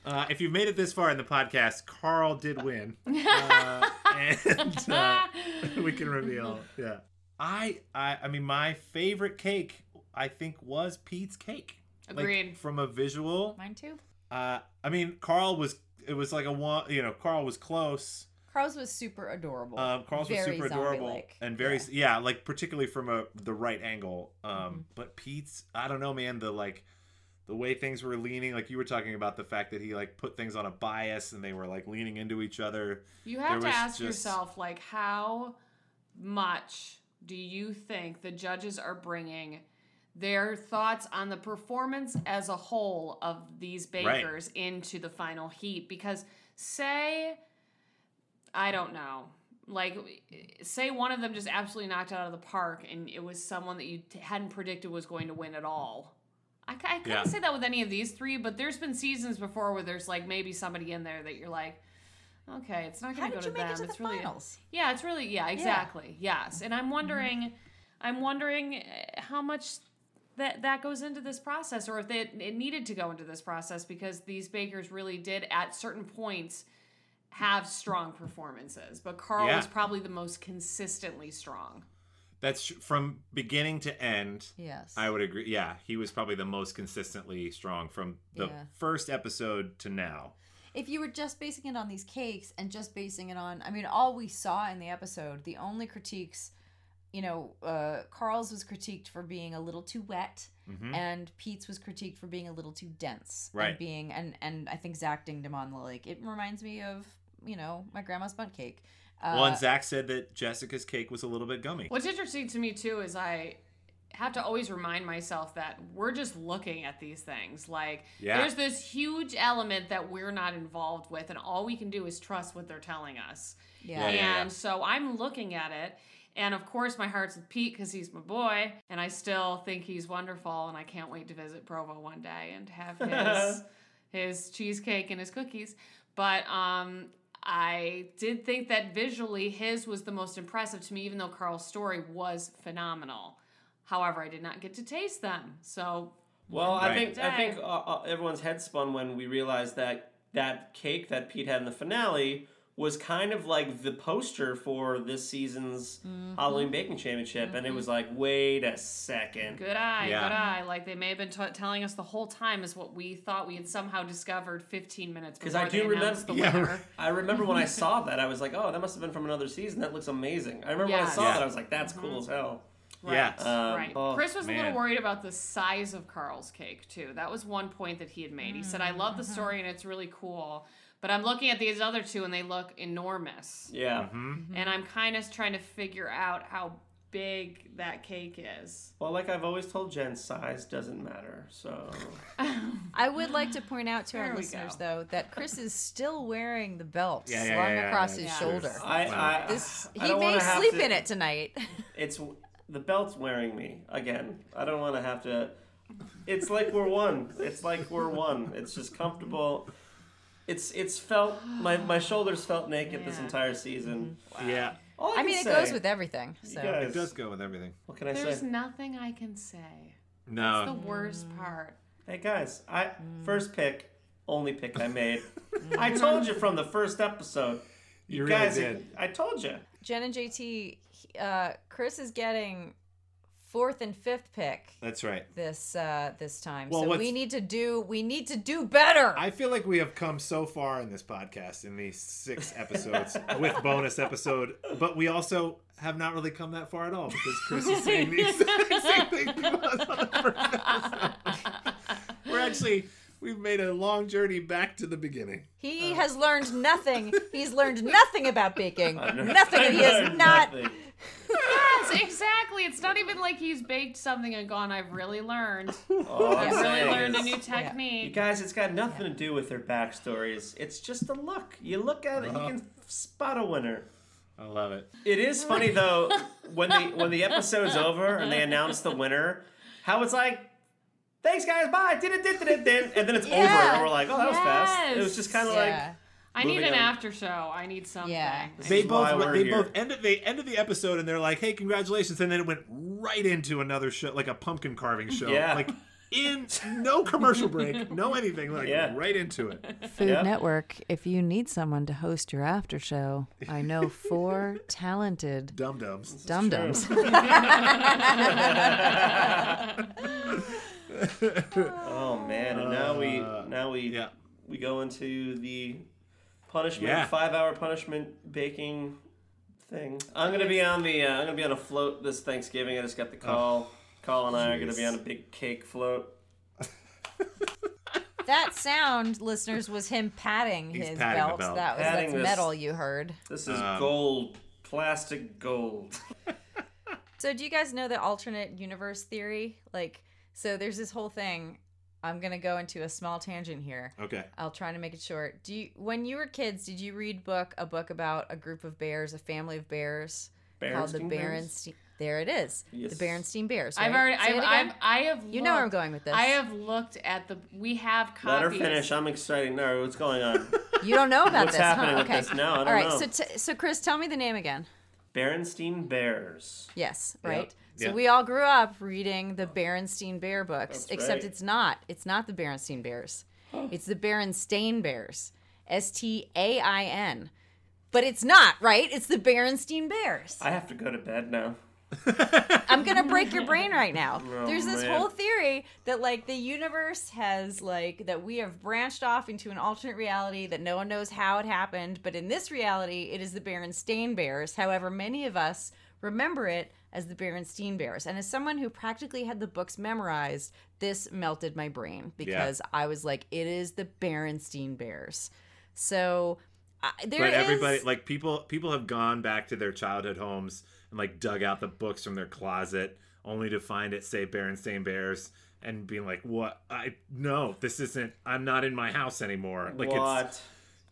[SPEAKER 4] uh, if you've made it this far in the podcast, Carl did win, uh, and uh, we can reveal. Yeah, I, I, I mean, my favorite cake, I think, was Pete's cake. Like,
[SPEAKER 3] Agreed.
[SPEAKER 4] from a visual,
[SPEAKER 2] Mine too.
[SPEAKER 4] Uh, I mean, Carl was. It was like a one. You know, Carl was close.
[SPEAKER 2] Carl's was super adorable.
[SPEAKER 4] Um, Carl's was
[SPEAKER 2] Very
[SPEAKER 4] super adorable
[SPEAKER 2] zombie-like.
[SPEAKER 4] and very yeah. like particularly from a the right angle. Um,
[SPEAKER 2] Mm-hmm.
[SPEAKER 4] but Pete's. I don't know, man. The like the way things were leaning. Like you were talking about the fact that he like put things on a bias and they were like leaning into each other.
[SPEAKER 3] You
[SPEAKER 4] There
[SPEAKER 3] have to
[SPEAKER 4] was
[SPEAKER 3] ask
[SPEAKER 4] just-
[SPEAKER 3] yourself, like, how much do you think the judges are bringing their thoughts on the performance as a whole of these
[SPEAKER 4] Right.
[SPEAKER 3] bakers into the final heat? Because, say, I don't know, like, say one of them just absolutely knocked it out of the park and it was someone that you t- hadn't predicted was going to win at all. I, c- I couldn't
[SPEAKER 4] Yeah.
[SPEAKER 3] say that with any of these three, but there's been seasons before where there's like maybe somebody in there that you're like, okay, it's not
[SPEAKER 2] How
[SPEAKER 3] going to go
[SPEAKER 2] did
[SPEAKER 3] to
[SPEAKER 2] you make
[SPEAKER 3] them.
[SPEAKER 2] it to the
[SPEAKER 3] it's really
[SPEAKER 2] finals? Mm-hmm.
[SPEAKER 3] yeah, it's really yeah, exactly. Yes, and I'm wondering, I'm wondering uh, how much that that goes into this process, or if they, it needed to go into this process because these bakers really did at certain points have strong performances, but Carl
[SPEAKER 4] Yeah.
[SPEAKER 3] was probably the most consistently strong.
[SPEAKER 4] That's from beginning to end.
[SPEAKER 2] Yes.
[SPEAKER 4] I would agree. Yeah, he was probably the most consistently strong from the
[SPEAKER 2] Yeah.
[SPEAKER 4] first episode to now.
[SPEAKER 2] if you were just basing it on these cakes and just basing it on, I mean, all we saw in the episode, the only critiques, you know, uh, Carl's was critiqued for being a little too wet, and Pete's was critiqued for being a little too dense,
[SPEAKER 4] Mm-hmm. Right.
[SPEAKER 2] And being and and I think Zach dinged him on the like. It reminds me of you know my grandma's bunt cake. Uh,
[SPEAKER 4] well, and Zach said that Jessica's cake was a little bit gummy.
[SPEAKER 3] What's interesting to me too is I have to always remind myself that we're just looking at these things. Like
[SPEAKER 4] Yeah.
[SPEAKER 3] there's this huge element that we're not involved with and all we can do is trust what they're telling us.
[SPEAKER 2] yeah.
[SPEAKER 4] Yeah.
[SPEAKER 3] And so I'm looking at it and of course my heart's with Pete cuz he's my boy and I still think he's wonderful and I can't wait to visit Provo one day and have his his cheesecake and his cookies. But um, I did think that visually his was the most impressive to me, even though Carl's story was phenomenal. However, I did not get to taste them. So
[SPEAKER 1] Well, I
[SPEAKER 4] Right.
[SPEAKER 1] think I think
[SPEAKER 3] Dang.
[SPEAKER 1] uh, uh, everyone's head spun when we realized that that cake that Pete had in the finale was kind of like the poster for this season's
[SPEAKER 3] Mm-hmm.
[SPEAKER 1] Halloween Baking Championship, and it was like, wait a second,
[SPEAKER 3] good eye,
[SPEAKER 4] Yeah.
[SPEAKER 3] good eye. Like they may have been t- telling us the whole time is what we thought we had somehow discovered 15 minutes before
[SPEAKER 1] 'Cause I
[SPEAKER 3] they
[SPEAKER 1] do
[SPEAKER 3] announced
[SPEAKER 1] remember-
[SPEAKER 3] the
[SPEAKER 4] Yeah,
[SPEAKER 3] winner.
[SPEAKER 4] right.
[SPEAKER 1] I remember when I saw that, I was like, oh, that must have been from another season. That looks amazing. I remember when I
[SPEAKER 3] Yes.
[SPEAKER 1] saw
[SPEAKER 4] Yeah.
[SPEAKER 1] that, I was like, that's cool as hell.
[SPEAKER 4] Yeah.
[SPEAKER 3] Right.
[SPEAKER 1] Um,
[SPEAKER 3] right.
[SPEAKER 1] oh,
[SPEAKER 3] Chris was a
[SPEAKER 4] man.
[SPEAKER 3] little worried about the size of Carl's cake too. That was one point that he had made. He said, "I love the
[SPEAKER 1] Mm-hmm.
[SPEAKER 3] story and it's really cool, but I'm looking at these other two and they look enormous,
[SPEAKER 1] Yeah.
[SPEAKER 4] Mm-hmm.
[SPEAKER 1] Mm-hmm.
[SPEAKER 3] and I'm kind of trying to figure out how big that cake is."
[SPEAKER 1] Well, like I've always told Jen, size doesn't matter. So
[SPEAKER 2] I would like to point out to
[SPEAKER 3] There
[SPEAKER 2] our
[SPEAKER 3] we
[SPEAKER 2] listeners,
[SPEAKER 3] go.
[SPEAKER 2] though, that Chris is still wearing the belt
[SPEAKER 4] Yeah, yeah,
[SPEAKER 2] slung
[SPEAKER 4] yeah, yeah,
[SPEAKER 2] across
[SPEAKER 4] yeah,
[SPEAKER 2] his
[SPEAKER 3] that's true.
[SPEAKER 2] shoulder.
[SPEAKER 1] I, I,
[SPEAKER 2] This
[SPEAKER 1] I
[SPEAKER 2] he
[SPEAKER 1] don't
[SPEAKER 2] may
[SPEAKER 1] wanna have
[SPEAKER 2] sleep
[SPEAKER 1] to-
[SPEAKER 2] in it tonight.
[SPEAKER 1] It's the belt's wearing me again. I don't want to have to. It's like we're one. It's like we're one. It's just comfortable. It's it's felt my my shoulders felt naked this
[SPEAKER 3] Man.
[SPEAKER 1] entire season.
[SPEAKER 4] Yeah.
[SPEAKER 1] All I,
[SPEAKER 2] Mm-hmm. I mean, it
[SPEAKER 1] can
[SPEAKER 2] goes
[SPEAKER 1] say-
[SPEAKER 2] with everything.
[SPEAKER 1] you
[SPEAKER 2] So
[SPEAKER 1] guys-
[SPEAKER 4] It does go with everything.
[SPEAKER 1] What can I Mm.
[SPEAKER 3] There's
[SPEAKER 1] say?
[SPEAKER 3] nothing I can say. It's the
[SPEAKER 4] No.
[SPEAKER 3] worst part.
[SPEAKER 1] hey guys, I
[SPEAKER 2] Mm.
[SPEAKER 1] first pick, only pick I made.
[SPEAKER 2] Mm-hmm.
[SPEAKER 1] I told you from the first episode.
[SPEAKER 4] You really
[SPEAKER 1] guys,
[SPEAKER 4] did.
[SPEAKER 1] I told you.
[SPEAKER 2] Jen and JT, he- uh, Chris is getting fourth and fifth pick
[SPEAKER 4] That's right.
[SPEAKER 2] this uh, this time.
[SPEAKER 4] Well,
[SPEAKER 2] so
[SPEAKER 4] what's-
[SPEAKER 2] we need to do we need to do better.
[SPEAKER 4] I feel like we have come so far in this podcast in these six episodes with bonus episode, but we also have not really come that far at all because Chris is saying the exact same thing to us on the first episode. We're actually we've made a long journey back to the beginning.
[SPEAKER 2] he has learned nothing. He's learned nothing about baking. Nothing.
[SPEAKER 1] I
[SPEAKER 2] He is
[SPEAKER 1] learned
[SPEAKER 2] not.
[SPEAKER 1] nothing.
[SPEAKER 3] Yes, exactly. It's not even like he's baked something and gone. I've really learned.
[SPEAKER 1] All Oh, I'm
[SPEAKER 3] I've really
[SPEAKER 1] saying
[SPEAKER 3] learned a
[SPEAKER 1] is-
[SPEAKER 3] new
[SPEAKER 1] You
[SPEAKER 3] technique.
[SPEAKER 1] guys, it's got nothing to do with their backstories. It's just a look. You look at it, you can spot a winner.
[SPEAKER 4] I love it.
[SPEAKER 1] It is funny though when the when the episode's over and they announce the winner, how it's like, thanks guys, bye, did it, did it, did and then it's over,
[SPEAKER 2] Yeah.
[SPEAKER 1] and we're like, oh, that was fast. It was
[SPEAKER 3] Yes.
[SPEAKER 1] just kind of
[SPEAKER 2] Yeah.
[SPEAKER 1] like,
[SPEAKER 3] I need
[SPEAKER 1] Moving
[SPEAKER 3] an
[SPEAKER 1] on.
[SPEAKER 3] after show. I need something.
[SPEAKER 2] Yeah.
[SPEAKER 4] They
[SPEAKER 1] is why
[SPEAKER 4] both
[SPEAKER 1] we're
[SPEAKER 4] they
[SPEAKER 1] here.
[SPEAKER 4] both ended they ended the episode and they're like, "Hey, congratulations!" And then it went right into another show, like a pumpkin carving show,
[SPEAKER 1] Yeah.
[SPEAKER 4] like in no commercial break, no anything, like
[SPEAKER 1] Yeah.
[SPEAKER 4] right into it.
[SPEAKER 2] Food
[SPEAKER 1] Yep.
[SPEAKER 2] Network, if you need someone to host your after show, I know four talented
[SPEAKER 4] Dum dums.
[SPEAKER 2] dum dums.
[SPEAKER 1] oh man, and now we now we
[SPEAKER 4] yeah.
[SPEAKER 1] we go into the punishment
[SPEAKER 4] Yeah.
[SPEAKER 1] five hour punishment baking thing. I'm gonna be on the uh, I'm gonna be on a float this Thanksgiving. I just got the call. Carl and I are gonna be
[SPEAKER 4] jeez.
[SPEAKER 1] on a big cake float.
[SPEAKER 2] that sound, listeners, was him patting
[SPEAKER 4] He's
[SPEAKER 2] his
[SPEAKER 4] patting the
[SPEAKER 2] belt.
[SPEAKER 4] belt.
[SPEAKER 2] That was
[SPEAKER 1] Patting
[SPEAKER 2] that's
[SPEAKER 1] this-
[SPEAKER 2] metal you heard.
[SPEAKER 1] This is
[SPEAKER 4] Um,
[SPEAKER 1] gold, plastic gold.
[SPEAKER 2] So do you guys know the alternate universe theory? Like, so there's this whole thing. I'm gonna go into a small tangent here.
[SPEAKER 4] Okay.
[SPEAKER 2] I'll try to make it short. Do you, when you were kids, did you read book a book about a group of bears, a family of bears called the
[SPEAKER 1] Berenstain Bears?
[SPEAKER 2] Berenstein? There it is,
[SPEAKER 1] Yes.
[SPEAKER 2] the Berenstein Bears.
[SPEAKER 3] I've
[SPEAKER 2] right?
[SPEAKER 3] already.
[SPEAKER 2] Say
[SPEAKER 3] I've,
[SPEAKER 2] it
[SPEAKER 3] I've.
[SPEAKER 2] again.
[SPEAKER 3] I have.
[SPEAKER 2] You know where I'm
[SPEAKER 3] looked-
[SPEAKER 2] going with this.
[SPEAKER 3] I have looked at the. We have
[SPEAKER 1] Let her
[SPEAKER 3] copies.
[SPEAKER 1] finish. I'm excited. No, what's going on?
[SPEAKER 2] You don't know about
[SPEAKER 1] What's
[SPEAKER 2] this,
[SPEAKER 1] happening
[SPEAKER 2] huh?
[SPEAKER 1] with
[SPEAKER 2] Okay.
[SPEAKER 1] this? No, I don't
[SPEAKER 2] All right.
[SPEAKER 1] know.
[SPEAKER 2] So, t- so Chris, tell me the name again.
[SPEAKER 1] Berenstein Bears.
[SPEAKER 2] Yes, right. So
[SPEAKER 4] yeah.
[SPEAKER 2] we all grew up reading the Berenstain Bear books,
[SPEAKER 1] That's
[SPEAKER 2] except
[SPEAKER 1] right.
[SPEAKER 2] it's not. It's not the Berenstain Bears. It's the Berenstain Bears. S T A I N. But it's not, right? It's the Berenstain Bears.
[SPEAKER 1] I have to go to bed now.
[SPEAKER 2] I'm gonna break your brain right now.
[SPEAKER 1] Oh,
[SPEAKER 2] There's this
[SPEAKER 1] man.
[SPEAKER 2] whole theory that like the universe has like that we have branched off into an alternate reality that no one knows how it happened, but in this reality, it is the Berenstain Bears. However, many of us remember it as the Berenstain Bears, and as someone who practically had the books memorized, this melted my brain because I was like, it is the Berenstain Bears. So. I, there
[SPEAKER 4] but everybody
[SPEAKER 2] is-
[SPEAKER 4] like people people have gone back to their childhood homes and like dug out the books from their closet only to find it say Berenstain Bears and being like, What I no, this isn't I'm not in my house anymore. Like
[SPEAKER 1] what?
[SPEAKER 4] it's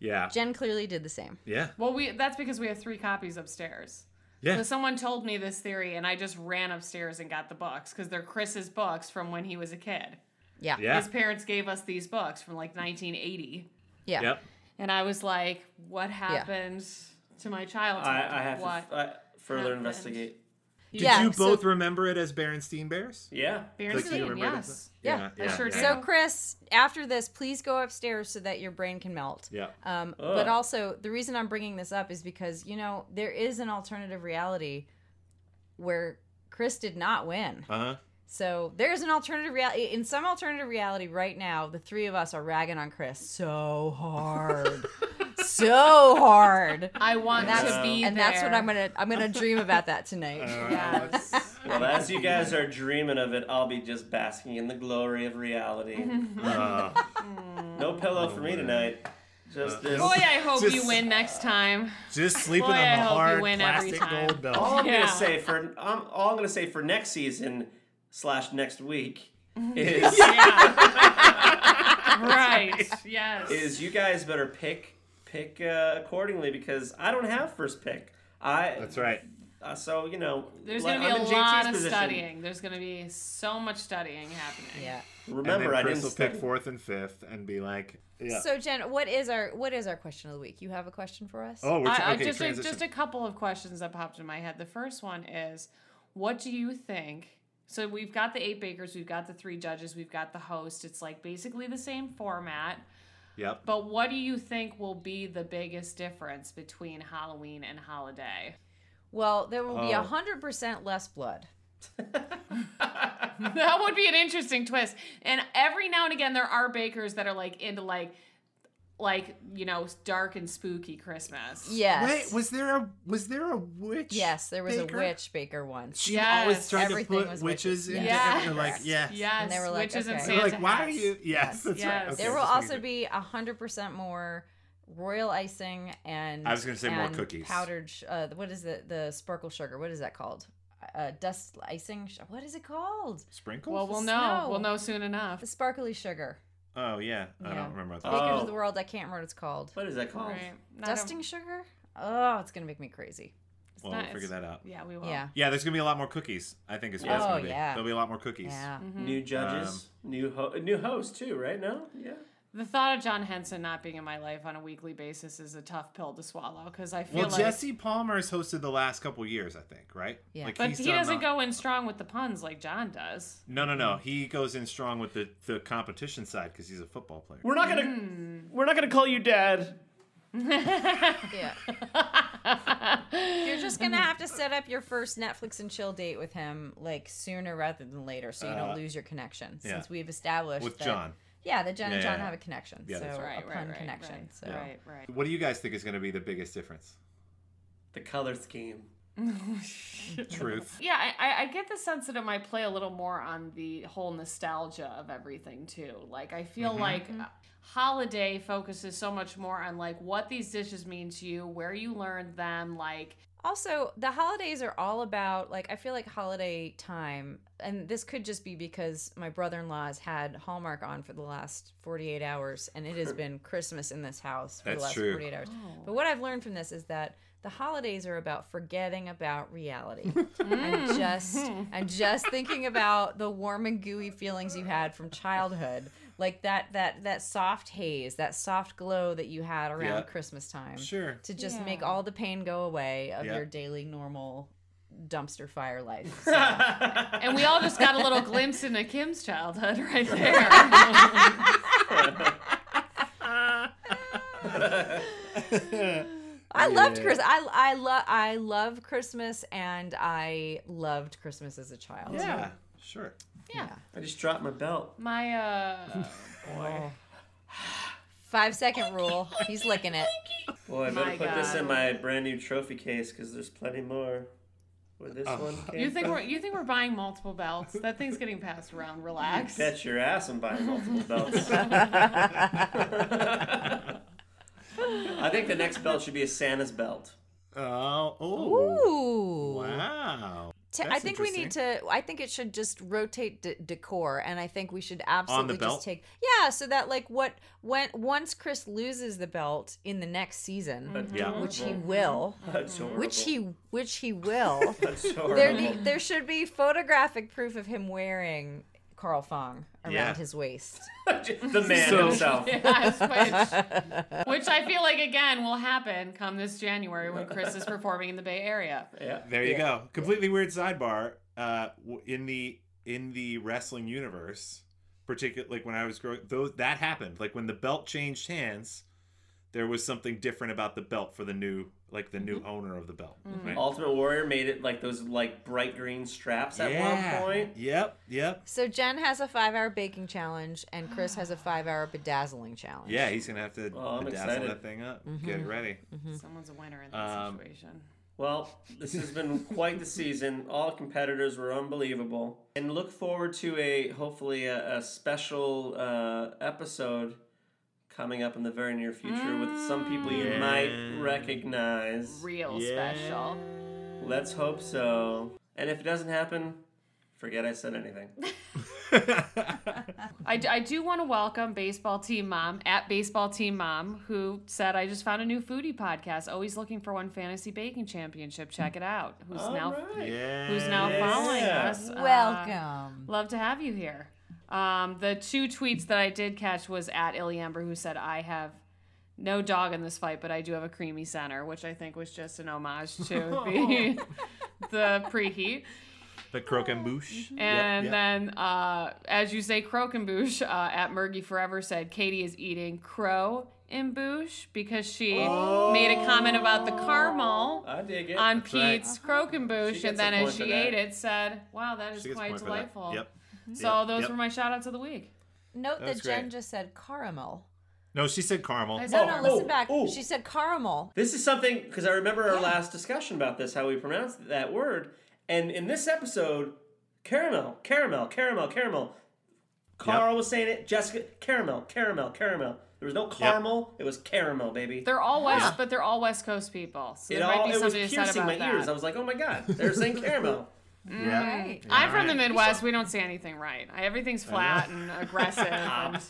[SPEAKER 4] yeah.
[SPEAKER 2] Jen clearly did the same.
[SPEAKER 4] Yeah.
[SPEAKER 3] Well, we that's because we have three copies upstairs.
[SPEAKER 4] Yeah.
[SPEAKER 3] So someone told me this theory, and I just ran upstairs and got the books because they're Chris's books from when he was a kid.
[SPEAKER 2] Yeah.
[SPEAKER 4] Yeah.
[SPEAKER 3] His parents gave us these books from like 1980,
[SPEAKER 2] Yeah.
[SPEAKER 4] Yep.
[SPEAKER 3] and I was like, "What happened to my childhood?
[SPEAKER 1] I, I have
[SPEAKER 3] what?"
[SPEAKER 1] to f- uh, I further
[SPEAKER 3] happened?
[SPEAKER 1] investigate.
[SPEAKER 4] Did
[SPEAKER 2] Yeah,
[SPEAKER 4] you
[SPEAKER 2] so-
[SPEAKER 4] both remember it as Berenstain Bears?
[SPEAKER 1] Yeah.
[SPEAKER 4] Like, do you
[SPEAKER 3] Berenstain,
[SPEAKER 4] remember it as-
[SPEAKER 3] yes.
[SPEAKER 2] Yeah,
[SPEAKER 3] I sure do.
[SPEAKER 2] So, Chris, after this, please go upstairs so that your brain can melt.
[SPEAKER 4] Yeah. Oh.
[SPEAKER 2] Um,
[SPEAKER 1] Ugh.
[SPEAKER 2] but also, the reason I'm bringing this up is because, you know, there is an alternative reality where Chris did not win.
[SPEAKER 4] Uh huh.
[SPEAKER 2] So, there's an alternative reality. In some alternative reality right now, the three of us are ragging on Chris so hard. so hard.
[SPEAKER 3] I want
[SPEAKER 2] And that's,
[SPEAKER 3] to be
[SPEAKER 2] and
[SPEAKER 3] there.
[SPEAKER 2] that's what I'm going to I'm going to dream about that tonight.
[SPEAKER 3] Yes.
[SPEAKER 1] Well, as you guys are dreaming of it, I'll be just basking in the glory of reality.
[SPEAKER 4] Uh,
[SPEAKER 1] no pillow for me tonight. Just this.
[SPEAKER 3] Boy, I hope
[SPEAKER 4] Just-
[SPEAKER 3] you win next time.
[SPEAKER 4] just sleeping
[SPEAKER 3] Boy,
[SPEAKER 4] on the
[SPEAKER 3] I hope you
[SPEAKER 4] hard
[SPEAKER 3] win every
[SPEAKER 4] plastic
[SPEAKER 3] time.
[SPEAKER 4] gold belt.
[SPEAKER 1] All I'm
[SPEAKER 3] Yeah.
[SPEAKER 1] gonna say for I'm, all I'm gonna say for next season slash next week
[SPEAKER 3] Mm-hmm.
[SPEAKER 1] is
[SPEAKER 3] right. Yes.
[SPEAKER 1] is you guys better pick pick uh, accordingly because I don't have first pick. I
[SPEAKER 4] That's right.
[SPEAKER 1] Uh, so you know
[SPEAKER 3] There's
[SPEAKER 1] like,
[SPEAKER 3] going to
[SPEAKER 1] I'm
[SPEAKER 3] be a
[SPEAKER 1] in JT's
[SPEAKER 3] lot of
[SPEAKER 1] position.
[SPEAKER 3] studying. There's going to be so much studying happening.
[SPEAKER 2] Yeah.
[SPEAKER 1] Remember, I
[SPEAKER 4] and then
[SPEAKER 1] didn't
[SPEAKER 4] Chris will pick
[SPEAKER 1] study.
[SPEAKER 4] fourth and fifth and be like, yeah.
[SPEAKER 2] So Jen, what is our what is our question of the week? You have a question for us?
[SPEAKER 4] oh, we're
[SPEAKER 3] I,
[SPEAKER 4] tra-
[SPEAKER 3] I
[SPEAKER 4] okay.
[SPEAKER 3] just, a,
[SPEAKER 4] transition.
[SPEAKER 3] just a couple of questions that popped in my head. The first one is what do you think? So we've got the eight bakers, we've got the three judges, we've got the host. It's like basically the same format.
[SPEAKER 4] yep.
[SPEAKER 3] But what do you think will be the biggest difference between Halloween and holiday?
[SPEAKER 2] Well, there will be
[SPEAKER 4] Oh.
[SPEAKER 2] a hundred percent less blood.
[SPEAKER 3] that would be an interesting twist. And every now and again, there are bakers that are like into like, like you know, dark and spooky Christmas.
[SPEAKER 2] Yes.
[SPEAKER 4] Wait, was there a was there a witch?
[SPEAKER 2] yes, there was
[SPEAKER 4] baker?
[SPEAKER 2] a witch baker once.
[SPEAKER 4] She
[SPEAKER 3] Yes.
[SPEAKER 4] always tried to
[SPEAKER 2] Everything
[SPEAKER 4] put
[SPEAKER 2] was
[SPEAKER 4] witches,
[SPEAKER 2] witches.
[SPEAKER 4] into
[SPEAKER 3] Yes.
[SPEAKER 4] everything. Like, yes.
[SPEAKER 3] Yes.
[SPEAKER 2] And they were like,
[SPEAKER 3] witches and
[SPEAKER 2] okay.
[SPEAKER 4] They're
[SPEAKER 3] Santa
[SPEAKER 4] like, why are
[SPEAKER 3] hats.
[SPEAKER 4] you? Yes, that's right.
[SPEAKER 3] Yes.
[SPEAKER 4] Okay,
[SPEAKER 2] there will
[SPEAKER 4] just making
[SPEAKER 2] also
[SPEAKER 4] sure.
[SPEAKER 2] be a hundred percent more royal icing and
[SPEAKER 4] I was gonna say more
[SPEAKER 2] and
[SPEAKER 4] cookies.
[SPEAKER 2] powdered. sh- Uh, what is the the sparkle sugar? What is that called? Uh, dust icing. sh- What is it called?
[SPEAKER 4] sprinkles.
[SPEAKER 3] Well, we'll know.
[SPEAKER 2] Snow.
[SPEAKER 3] We'll know soon enough.
[SPEAKER 2] The sparkly sugar.
[SPEAKER 4] oh yeah, I
[SPEAKER 2] Yeah.
[SPEAKER 4] don't remember. What that
[SPEAKER 1] Oh.
[SPEAKER 2] Bakers of the world. I can't remember what it's called.
[SPEAKER 1] What is that called?
[SPEAKER 3] Right. Not a-
[SPEAKER 2] Dusting sugar. Oh, it's gonna make me crazy.
[SPEAKER 3] it's
[SPEAKER 4] well, we'll
[SPEAKER 3] not-
[SPEAKER 4] figure that out. Yeah.
[SPEAKER 3] Yeah, we will.
[SPEAKER 2] Yeah.
[SPEAKER 4] there's gonna be a lot more cookies. I think is what it's
[SPEAKER 2] Oh,
[SPEAKER 4] gonna be.
[SPEAKER 2] yeah.
[SPEAKER 4] There'll be a lot more cookies.
[SPEAKER 2] Yeah.
[SPEAKER 3] mm-hmm.
[SPEAKER 1] New judges, new ho- new host too, right? No, yeah.
[SPEAKER 3] The thought of John Henson not being in my life on a weekly basis is a tough pill to swallow because I feel
[SPEAKER 4] Well,
[SPEAKER 3] like.
[SPEAKER 4] Jesse Palmer has hosted the last couple years, I think, right?
[SPEAKER 2] Yeah.
[SPEAKER 4] Like,
[SPEAKER 3] but
[SPEAKER 4] he's
[SPEAKER 3] he
[SPEAKER 4] done
[SPEAKER 3] doesn't
[SPEAKER 4] that.
[SPEAKER 3] go in strong with the puns like John does.
[SPEAKER 4] No, no, no. He goes in strong with the, the competition side because he's a football player.
[SPEAKER 1] We're not gonna
[SPEAKER 3] Mm.
[SPEAKER 1] we're not gonna call you dad.
[SPEAKER 2] Yeah. You're just gonna have to set up your first Netflix and chill date with him like sooner rather than later, so you
[SPEAKER 4] Uh,
[SPEAKER 2] don't lose your connection.
[SPEAKER 4] yeah.
[SPEAKER 2] Since we've established
[SPEAKER 4] With
[SPEAKER 2] that-
[SPEAKER 4] John.
[SPEAKER 2] yeah, that Jen and
[SPEAKER 4] Yeah,
[SPEAKER 2] John
[SPEAKER 4] yeah,
[SPEAKER 2] have a
[SPEAKER 4] yeah.
[SPEAKER 2] connection,
[SPEAKER 4] Yeah,
[SPEAKER 2] so
[SPEAKER 4] that's
[SPEAKER 2] a pun connection.
[SPEAKER 3] Right,
[SPEAKER 2] so
[SPEAKER 3] right, right.
[SPEAKER 4] What do you guys think is going to be the biggest difference?
[SPEAKER 1] The color scheme.
[SPEAKER 4] Truth.
[SPEAKER 3] Yeah, I, I- I get the sense that it might play a little more on the whole nostalgia of everything too. Like I feel like uh, holiday focuses so much more on like what these dishes mean to you, where you learned them, like
[SPEAKER 2] Also, the holidays are all about like I feel like holiday time, and this could just be because my brother-in-law has had Hallmark on for the last 48 hours, and it has been Christmas in this house for
[SPEAKER 4] That's
[SPEAKER 2] the last
[SPEAKER 4] true.
[SPEAKER 2] 48 hours. But what I've learned from this is that the holidays are about forgetting about reality and just and just thinking about the warm and gooey feelings you had from childhood, like that that that soft haze, that soft glow that you had around
[SPEAKER 4] Yeah.
[SPEAKER 2] Christmas time
[SPEAKER 4] Sure.
[SPEAKER 2] to just
[SPEAKER 3] Yeah.
[SPEAKER 2] make all the pain go away of
[SPEAKER 4] Yeah.
[SPEAKER 2] your daily normal dumpster fire life. So,
[SPEAKER 3] and we all just got a little glimpse into Kim's childhood right there.
[SPEAKER 2] I loved
[SPEAKER 1] Yeah.
[SPEAKER 2] Chris. I I love I love Christmas, and I loved Christmas as a child.
[SPEAKER 4] Yeah, sure.
[SPEAKER 3] Yeah.
[SPEAKER 1] I just dropped my belt.
[SPEAKER 3] My uh
[SPEAKER 1] Boy,
[SPEAKER 2] Five second rule. He's licking it.
[SPEAKER 1] boy, I better
[SPEAKER 3] My
[SPEAKER 1] put this
[SPEAKER 3] God.
[SPEAKER 1] in my brand new trophy case because there's plenty more. Where this
[SPEAKER 4] Oh.
[SPEAKER 1] one came
[SPEAKER 3] you think
[SPEAKER 1] from.
[SPEAKER 3] we're you think we're buying multiple belts? That thing's getting passed around. Relax.
[SPEAKER 1] Bet your ass I'm buying multiple belts. I think the next belt should be a Santa's belt.
[SPEAKER 4] Oh, oh,
[SPEAKER 2] Ooh.
[SPEAKER 4] wow.
[SPEAKER 2] Te- I
[SPEAKER 4] That's
[SPEAKER 2] think we need to. I think it should just rotate d- decor, and I think we should absolutely
[SPEAKER 4] belt?
[SPEAKER 2] just take yeah, so that like what when once Chris loses the belt in the next season,
[SPEAKER 1] Mm-hmm.
[SPEAKER 4] Yeah.
[SPEAKER 2] which he will,
[SPEAKER 1] Adorable.
[SPEAKER 2] which he which he will,
[SPEAKER 1] Adorable.
[SPEAKER 2] there ne- there should be photographic proof of him wearing Carl Fong around
[SPEAKER 4] Yeah.
[SPEAKER 2] his waist.
[SPEAKER 1] the man
[SPEAKER 4] So-
[SPEAKER 1] himself.
[SPEAKER 3] Yes, which, which I feel like again will happen come this January when Chris is performing in the Bay Area.
[SPEAKER 1] Yeah.
[SPEAKER 4] There you go. Completely weird sidebar. Uh, w- in the in the wrestling universe, particularly like when I was growing, those that happened. Like when the belt changed hands, there was something different about the belt for the new like the
[SPEAKER 1] Mm-hmm.
[SPEAKER 4] new owner of the belt. Right?
[SPEAKER 1] Ultimate Warrior made it like those like bright green straps at
[SPEAKER 4] Yeah.
[SPEAKER 1] one point.
[SPEAKER 4] Yep. Yep.
[SPEAKER 2] So Jen has a five hour baking challenge, and Chris has a five hour bedazzling challenge.
[SPEAKER 4] Yeah, he's gonna have to
[SPEAKER 1] Oh, I'm
[SPEAKER 4] dazzle
[SPEAKER 1] excited.
[SPEAKER 4] that thing up.
[SPEAKER 3] Mm-hmm.
[SPEAKER 4] Get it ready.
[SPEAKER 1] Mm-hmm.
[SPEAKER 3] Someone's a winner in that
[SPEAKER 4] Um,
[SPEAKER 3] situation.
[SPEAKER 1] Well, this has been quite the season. All competitors were unbelievable, and look forward to a hopefully a, a special uh, episode coming up in the very near future with some people you might recognize.
[SPEAKER 3] Real special.
[SPEAKER 1] Let's hope so. And if it doesn't happen, forget I said anything.
[SPEAKER 3] I, d- I do want to welcome baseball team mom at baseball team mom who said I just found a new foodie podcast. Always looking for one fantasy baking championship. Check it out. Who's now
[SPEAKER 1] Alright.
[SPEAKER 4] Yeah.
[SPEAKER 3] who's now
[SPEAKER 1] Yeah.
[SPEAKER 3] following us? Uh,
[SPEAKER 2] Welcome.
[SPEAKER 3] Love to have you here. Um, the two tweets that I did catch was at Illy Amber who said, I have no dog in this fight, but I do have a creamy center, which I think was just an homage to the, the preheat.
[SPEAKER 4] the croquembouche.
[SPEAKER 3] Mm-hmm. And
[SPEAKER 4] Yep, yep.
[SPEAKER 3] then, uh, as you say, Croquembouche uh, at Murgy Forever said, Katie is eating crow in bouche because she
[SPEAKER 1] Oh.
[SPEAKER 3] made a comment about the caramel
[SPEAKER 1] I dig it.
[SPEAKER 3] on
[SPEAKER 4] right.
[SPEAKER 3] Pete's croquembouche,
[SPEAKER 1] She
[SPEAKER 3] and
[SPEAKER 1] gets a
[SPEAKER 3] then as
[SPEAKER 1] point for
[SPEAKER 3] she
[SPEAKER 1] that.
[SPEAKER 3] ate it, said, "Wow, that is
[SPEAKER 4] She gets a
[SPEAKER 3] quite
[SPEAKER 4] point for that.
[SPEAKER 3] delightful."
[SPEAKER 4] Yep.
[SPEAKER 3] Mm-hmm. So
[SPEAKER 4] Yep,
[SPEAKER 3] those
[SPEAKER 4] yep.
[SPEAKER 3] were my shout outs of the week.
[SPEAKER 2] Note that
[SPEAKER 4] That's
[SPEAKER 2] Jen
[SPEAKER 4] great.
[SPEAKER 2] just said caramel.
[SPEAKER 4] No, she said caramel.
[SPEAKER 3] I
[SPEAKER 2] No,
[SPEAKER 3] said
[SPEAKER 2] no,
[SPEAKER 3] caramel.
[SPEAKER 2] listen
[SPEAKER 1] oh,
[SPEAKER 2] back.
[SPEAKER 1] oh.
[SPEAKER 2] She said caramel.
[SPEAKER 1] This is something because I remember our last discussion about this, how we pronounced that word, and in this episode, caramel, caramel, caramel, caramel. Carl was saying it. Jessica, caramel, caramel, caramel. There was no caramel. It was caramel, baby.
[SPEAKER 3] They're all West, but they're all West Coast people. So
[SPEAKER 1] it
[SPEAKER 3] there might
[SPEAKER 1] all
[SPEAKER 3] be
[SPEAKER 1] it was
[SPEAKER 3] something to said
[SPEAKER 1] piercing
[SPEAKER 3] about
[SPEAKER 1] my
[SPEAKER 3] that.
[SPEAKER 1] ears. I was like, oh my god, they're saying caramel.
[SPEAKER 3] mm-hmm.
[SPEAKER 4] Yeah.
[SPEAKER 2] Right.
[SPEAKER 3] I'm from the
[SPEAKER 4] Alright.
[SPEAKER 3] Midwest. We don't say anything right. I- Everything's flat and aggressive.
[SPEAKER 1] Ah.
[SPEAKER 3] and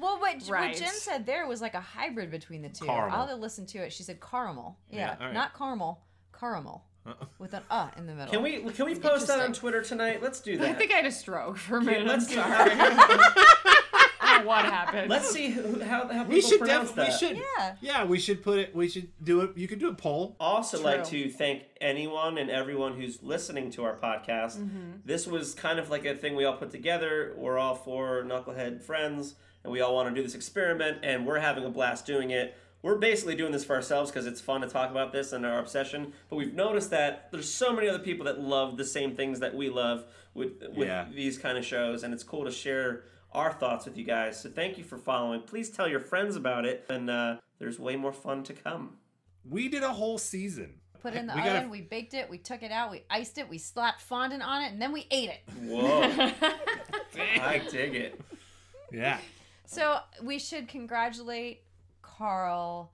[SPEAKER 2] Well, what,
[SPEAKER 3] Right.
[SPEAKER 2] what Jen said there was like a hybrid between the two.
[SPEAKER 4] Caramel.
[SPEAKER 2] I'll have to listen to it. She said caramel.
[SPEAKER 4] Yeah,
[SPEAKER 2] Yeah,
[SPEAKER 4] all right.
[SPEAKER 2] not caramel, caramel with an uh in the middle.
[SPEAKER 1] Can we can we post that on
[SPEAKER 2] Interesting.
[SPEAKER 1] Twitter tonight? Let's do
[SPEAKER 3] I
[SPEAKER 1] that.
[SPEAKER 3] think I had a stroke for a minute.
[SPEAKER 1] Let's do
[SPEAKER 3] Let's sorry.
[SPEAKER 1] that.
[SPEAKER 3] I don't know what happened.
[SPEAKER 1] Let's see who, how how people
[SPEAKER 4] We should
[SPEAKER 1] pronounce
[SPEAKER 4] definitely
[SPEAKER 1] that.
[SPEAKER 4] should.
[SPEAKER 2] Yeah.
[SPEAKER 4] Yeah, we should put it. We should do it. You could do a poll.
[SPEAKER 1] also like
[SPEAKER 3] True.
[SPEAKER 1] to thank anyone and everyone who's listening to our podcast. This was kind of like a thing we all put together. We're all four knucklehead friends, and we all want to do this experiment, and we're having a blast doing it. We're basically doing this for ourselves because it's fun to talk about this and our obsession. But we've noticed that there's so many other people that love the same things that we love with with
[SPEAKER 4] Yeah.
[SPEAKER 1] these kind of shows, and it's cool to share our thoughts with you guys. So thank you for following. Please tell your friends about it, and uh, there's way more fun to come.
[SPEAKER 4] We did a whole season.
[SPEAKER 2] Put it in the
[SPEAKER 4] We
[SPEAKER 2] oven,
[SPEAKER 4] gotta-
[SPEAKER 2] we baked it, we took it out, we iced it, we slapped fondant on it, and then we ate it.
[SPEAKER 1] Whoa. I dig it.
[SPEAKER 4] Yeah.
[SPEAKER 2] So we should congratulate Carl.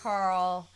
[SPEAKER 2] Carl,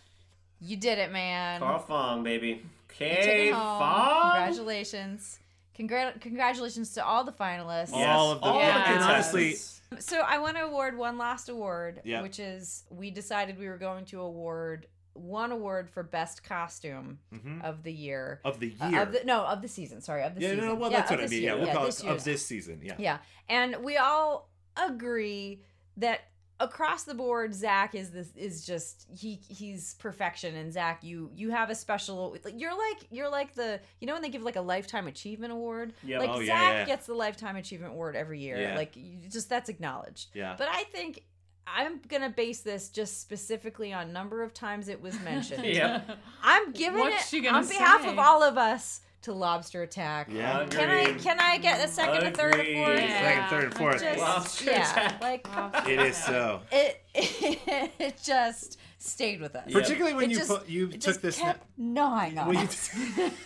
[SPEAKER 2] you did it, man.
[SPEAKER 1] Carl Fong, baby.
[SPEAKER 2] You took
[SPEAKER 1] K
[SPEAKER 2] it home.
[SPEAKER 1] Fong.
[SPEAKER 2] Congratulations. Congra- congratulations to all the finalists.
[SPEAKER 4] Yeah. All of the-
[SPEAKER 3] Yeah.
[SPEAKER 1] contestants.
[SPEAKER 3] And
[SPEAKER 4] honestly-
[SPEAKER 2] So I want to award one last award,
[SPEAKER 4] Yeah.
[SPEAKER 2] which is we decided we were going to award one award for best costume of the year.
[SPEAKER 4] Mm-hmm. Of the year.
[SPEAKER 2] Uh, of the, no, of the season. Sorry, of the
[SPEAKER 4] yeah,
[SPEAKER 2] season.
[SPEAKER 4] no, no, well, that's
[SPEAKER 2] of
[SPEAKER 4] what I
[SPEAKER 2] this
[SPEAKER 4] mean.
[SPEAKER 2] year.
[SPEAKER 4] yeah, we'll call
[SPEAKER 2] this
[SPEAKER 4] it of
[SPEAKER 2] year's.
[SPEAKER 4] this season. Yeah.
[SPEAKER 2] Yeah, and we all agree that across the board, Zach is this is just he he's perfection, and Zach, you you have a special. like, You're like you're like the you know when they give like a lifetime achievement award.
[SPEAKER 1] Yeah.
[SPEAKER 2] like
[SPEAKER 4] Oh,
[SPEAKER 2] Zach
[SPEAKER 4] yeah, yeah.
[SPEAKER 2] gets the lifetime achievement award every year.
[SPEAKER 4] Yeah.
[SPEAKER 2] Like you, just that's acknowledged.
[SPEAKER 4] Yeah.
[SPEAKER 2] But I think I'm gonna base this just specifically on number of times it was mentioned.
[SPEAKER 1] Yeah.
[SPEAKER 2] I'm giving
[SPEAKER 3] What's
[SPEAKER 2] it
[SPEAKER 3] she gonna
[SPEAKER 2] on behalf
[SPEAKER 3] say?
[SPEAKER 2] of all of us to Lobster Attack.
[SPEAKER 6] Yeah.
[SPEAKER 2] Can I
[SPEAKER 1] Agreed.
[SPEAKER 2] can I get a second, a third, a fourth?
[SPEAKER 1] Agreed.
[SPEAKER 6] Second, third, and fourth.
[SPEAKER 2] Just,
[SPEAKER 1] Lobster
[SPEAKER 2] yeah,
[SPEAKER 1] Attack.
[SPEAKER 2] like
[SPEAKER 6] It is so.
[SPEAKER 2] it, it just stayed with us.
[SPEAKER 1] Yeah.
[SPEAKER 6] Particularly when
[SPEAKER 2] It
[SPEAKER 6] you
[SPEAKER 2] just-
[SPEAKER 6] put you
[SPEAKER 2] it
[SPEAKER 6] took
[SPEAKER 2] just
[SPEAKER 6] this.
[SPEAKER 2] kept gnawing on
[SPEAKER 6] well, you
[SPEAKER 2] us.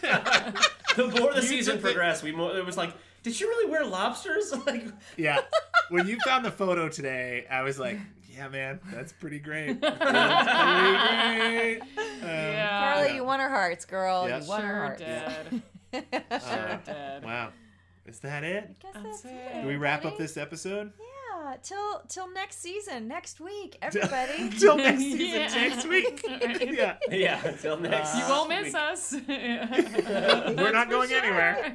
[SPEAKER 1] The more the
[SPEAKER 6] You
[SPEAKER 1] season
[SPEAKER 6] did the-
[SPEAKER 1] progressed, we more it was like, did you really wear lobsters? Like,
[SPEAKER 6] yeah. When you found the photo today, I was like, yeah, man, that's pretty great. That's pretty great. Um,
[SPEAKER 3] Yeah.
[SPEAKER 2] Carly, you won our hearts, girl.
[SPEAKER 6] Yeah.
[SPEAKER 2] You won our
[SPEAKER 3] Sure
[SPEAKER 2] hearts.
[SPEAKER 3] did. Sure did.
[SPEAKER 6] Uh, Wow. Is that it?
[SPEAKER 2] Guess
[SPEAKER 3] That's
[SPEAKER 2] that's
[SPEAKER 3] it.
[SPEAKER 2] it,
[SPEAKER 6] Do we wrap up
[SPEAKER 2] everybody.
[SPEAKER 6] this episode?
[SPEAKER 2] Yeah, till till next season, next week, everybody.
[SPEAKER 6] Till next season,
[SPEAKER 3] Yeah.
[SPEAKER 6] next week. yeah.
[SPEAKER 1] yeah. Until next.
[SPEAKER 3] You won't
[SPEAKER 1] week.
[SPEAKER 3] miss us.
[SPEAKER 6] We're not going anywhere.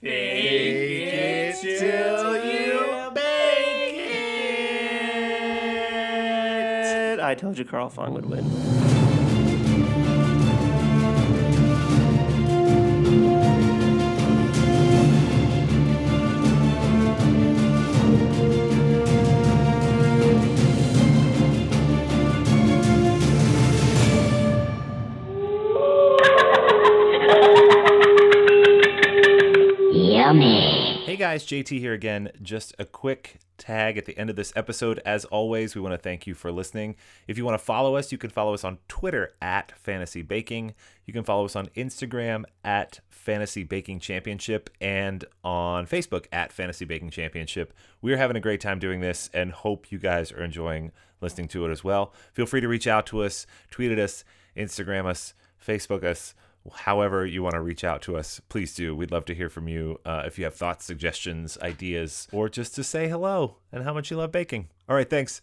[SPEAKER 1] Bake it
[SPEAKER 6] it
[SPEAKER 1] till
[SPEAKER 6] till
[SPEAKER 1] you
[SPEAKER 6] you
[SPEAKER 1] bake it. I told you Carl Fong would win.
[SPEAKER 5] Yummy.
[SPEAKER 4] Hey guys, JT here again. Just a quick tag at the end of this episode. As always, we want to thank you for listening. If you want to follow us, you can follow us on Twitter at Fantasy Baking. You can follow us on Instagram at Fantasy Baking Championship and on Facebook at Fantasy Baking Championship. We're having a great time doing this and hope you guys are enjoying listening to it as well. Feel free to reach out to us, tweet at us, Instagram us, Facebook us however you want to reach out to us, please do. We'd love to hear from you uh, if you have thoughts, suggestions, ideas, or just to say hello and how much you love baking. All right, thanks.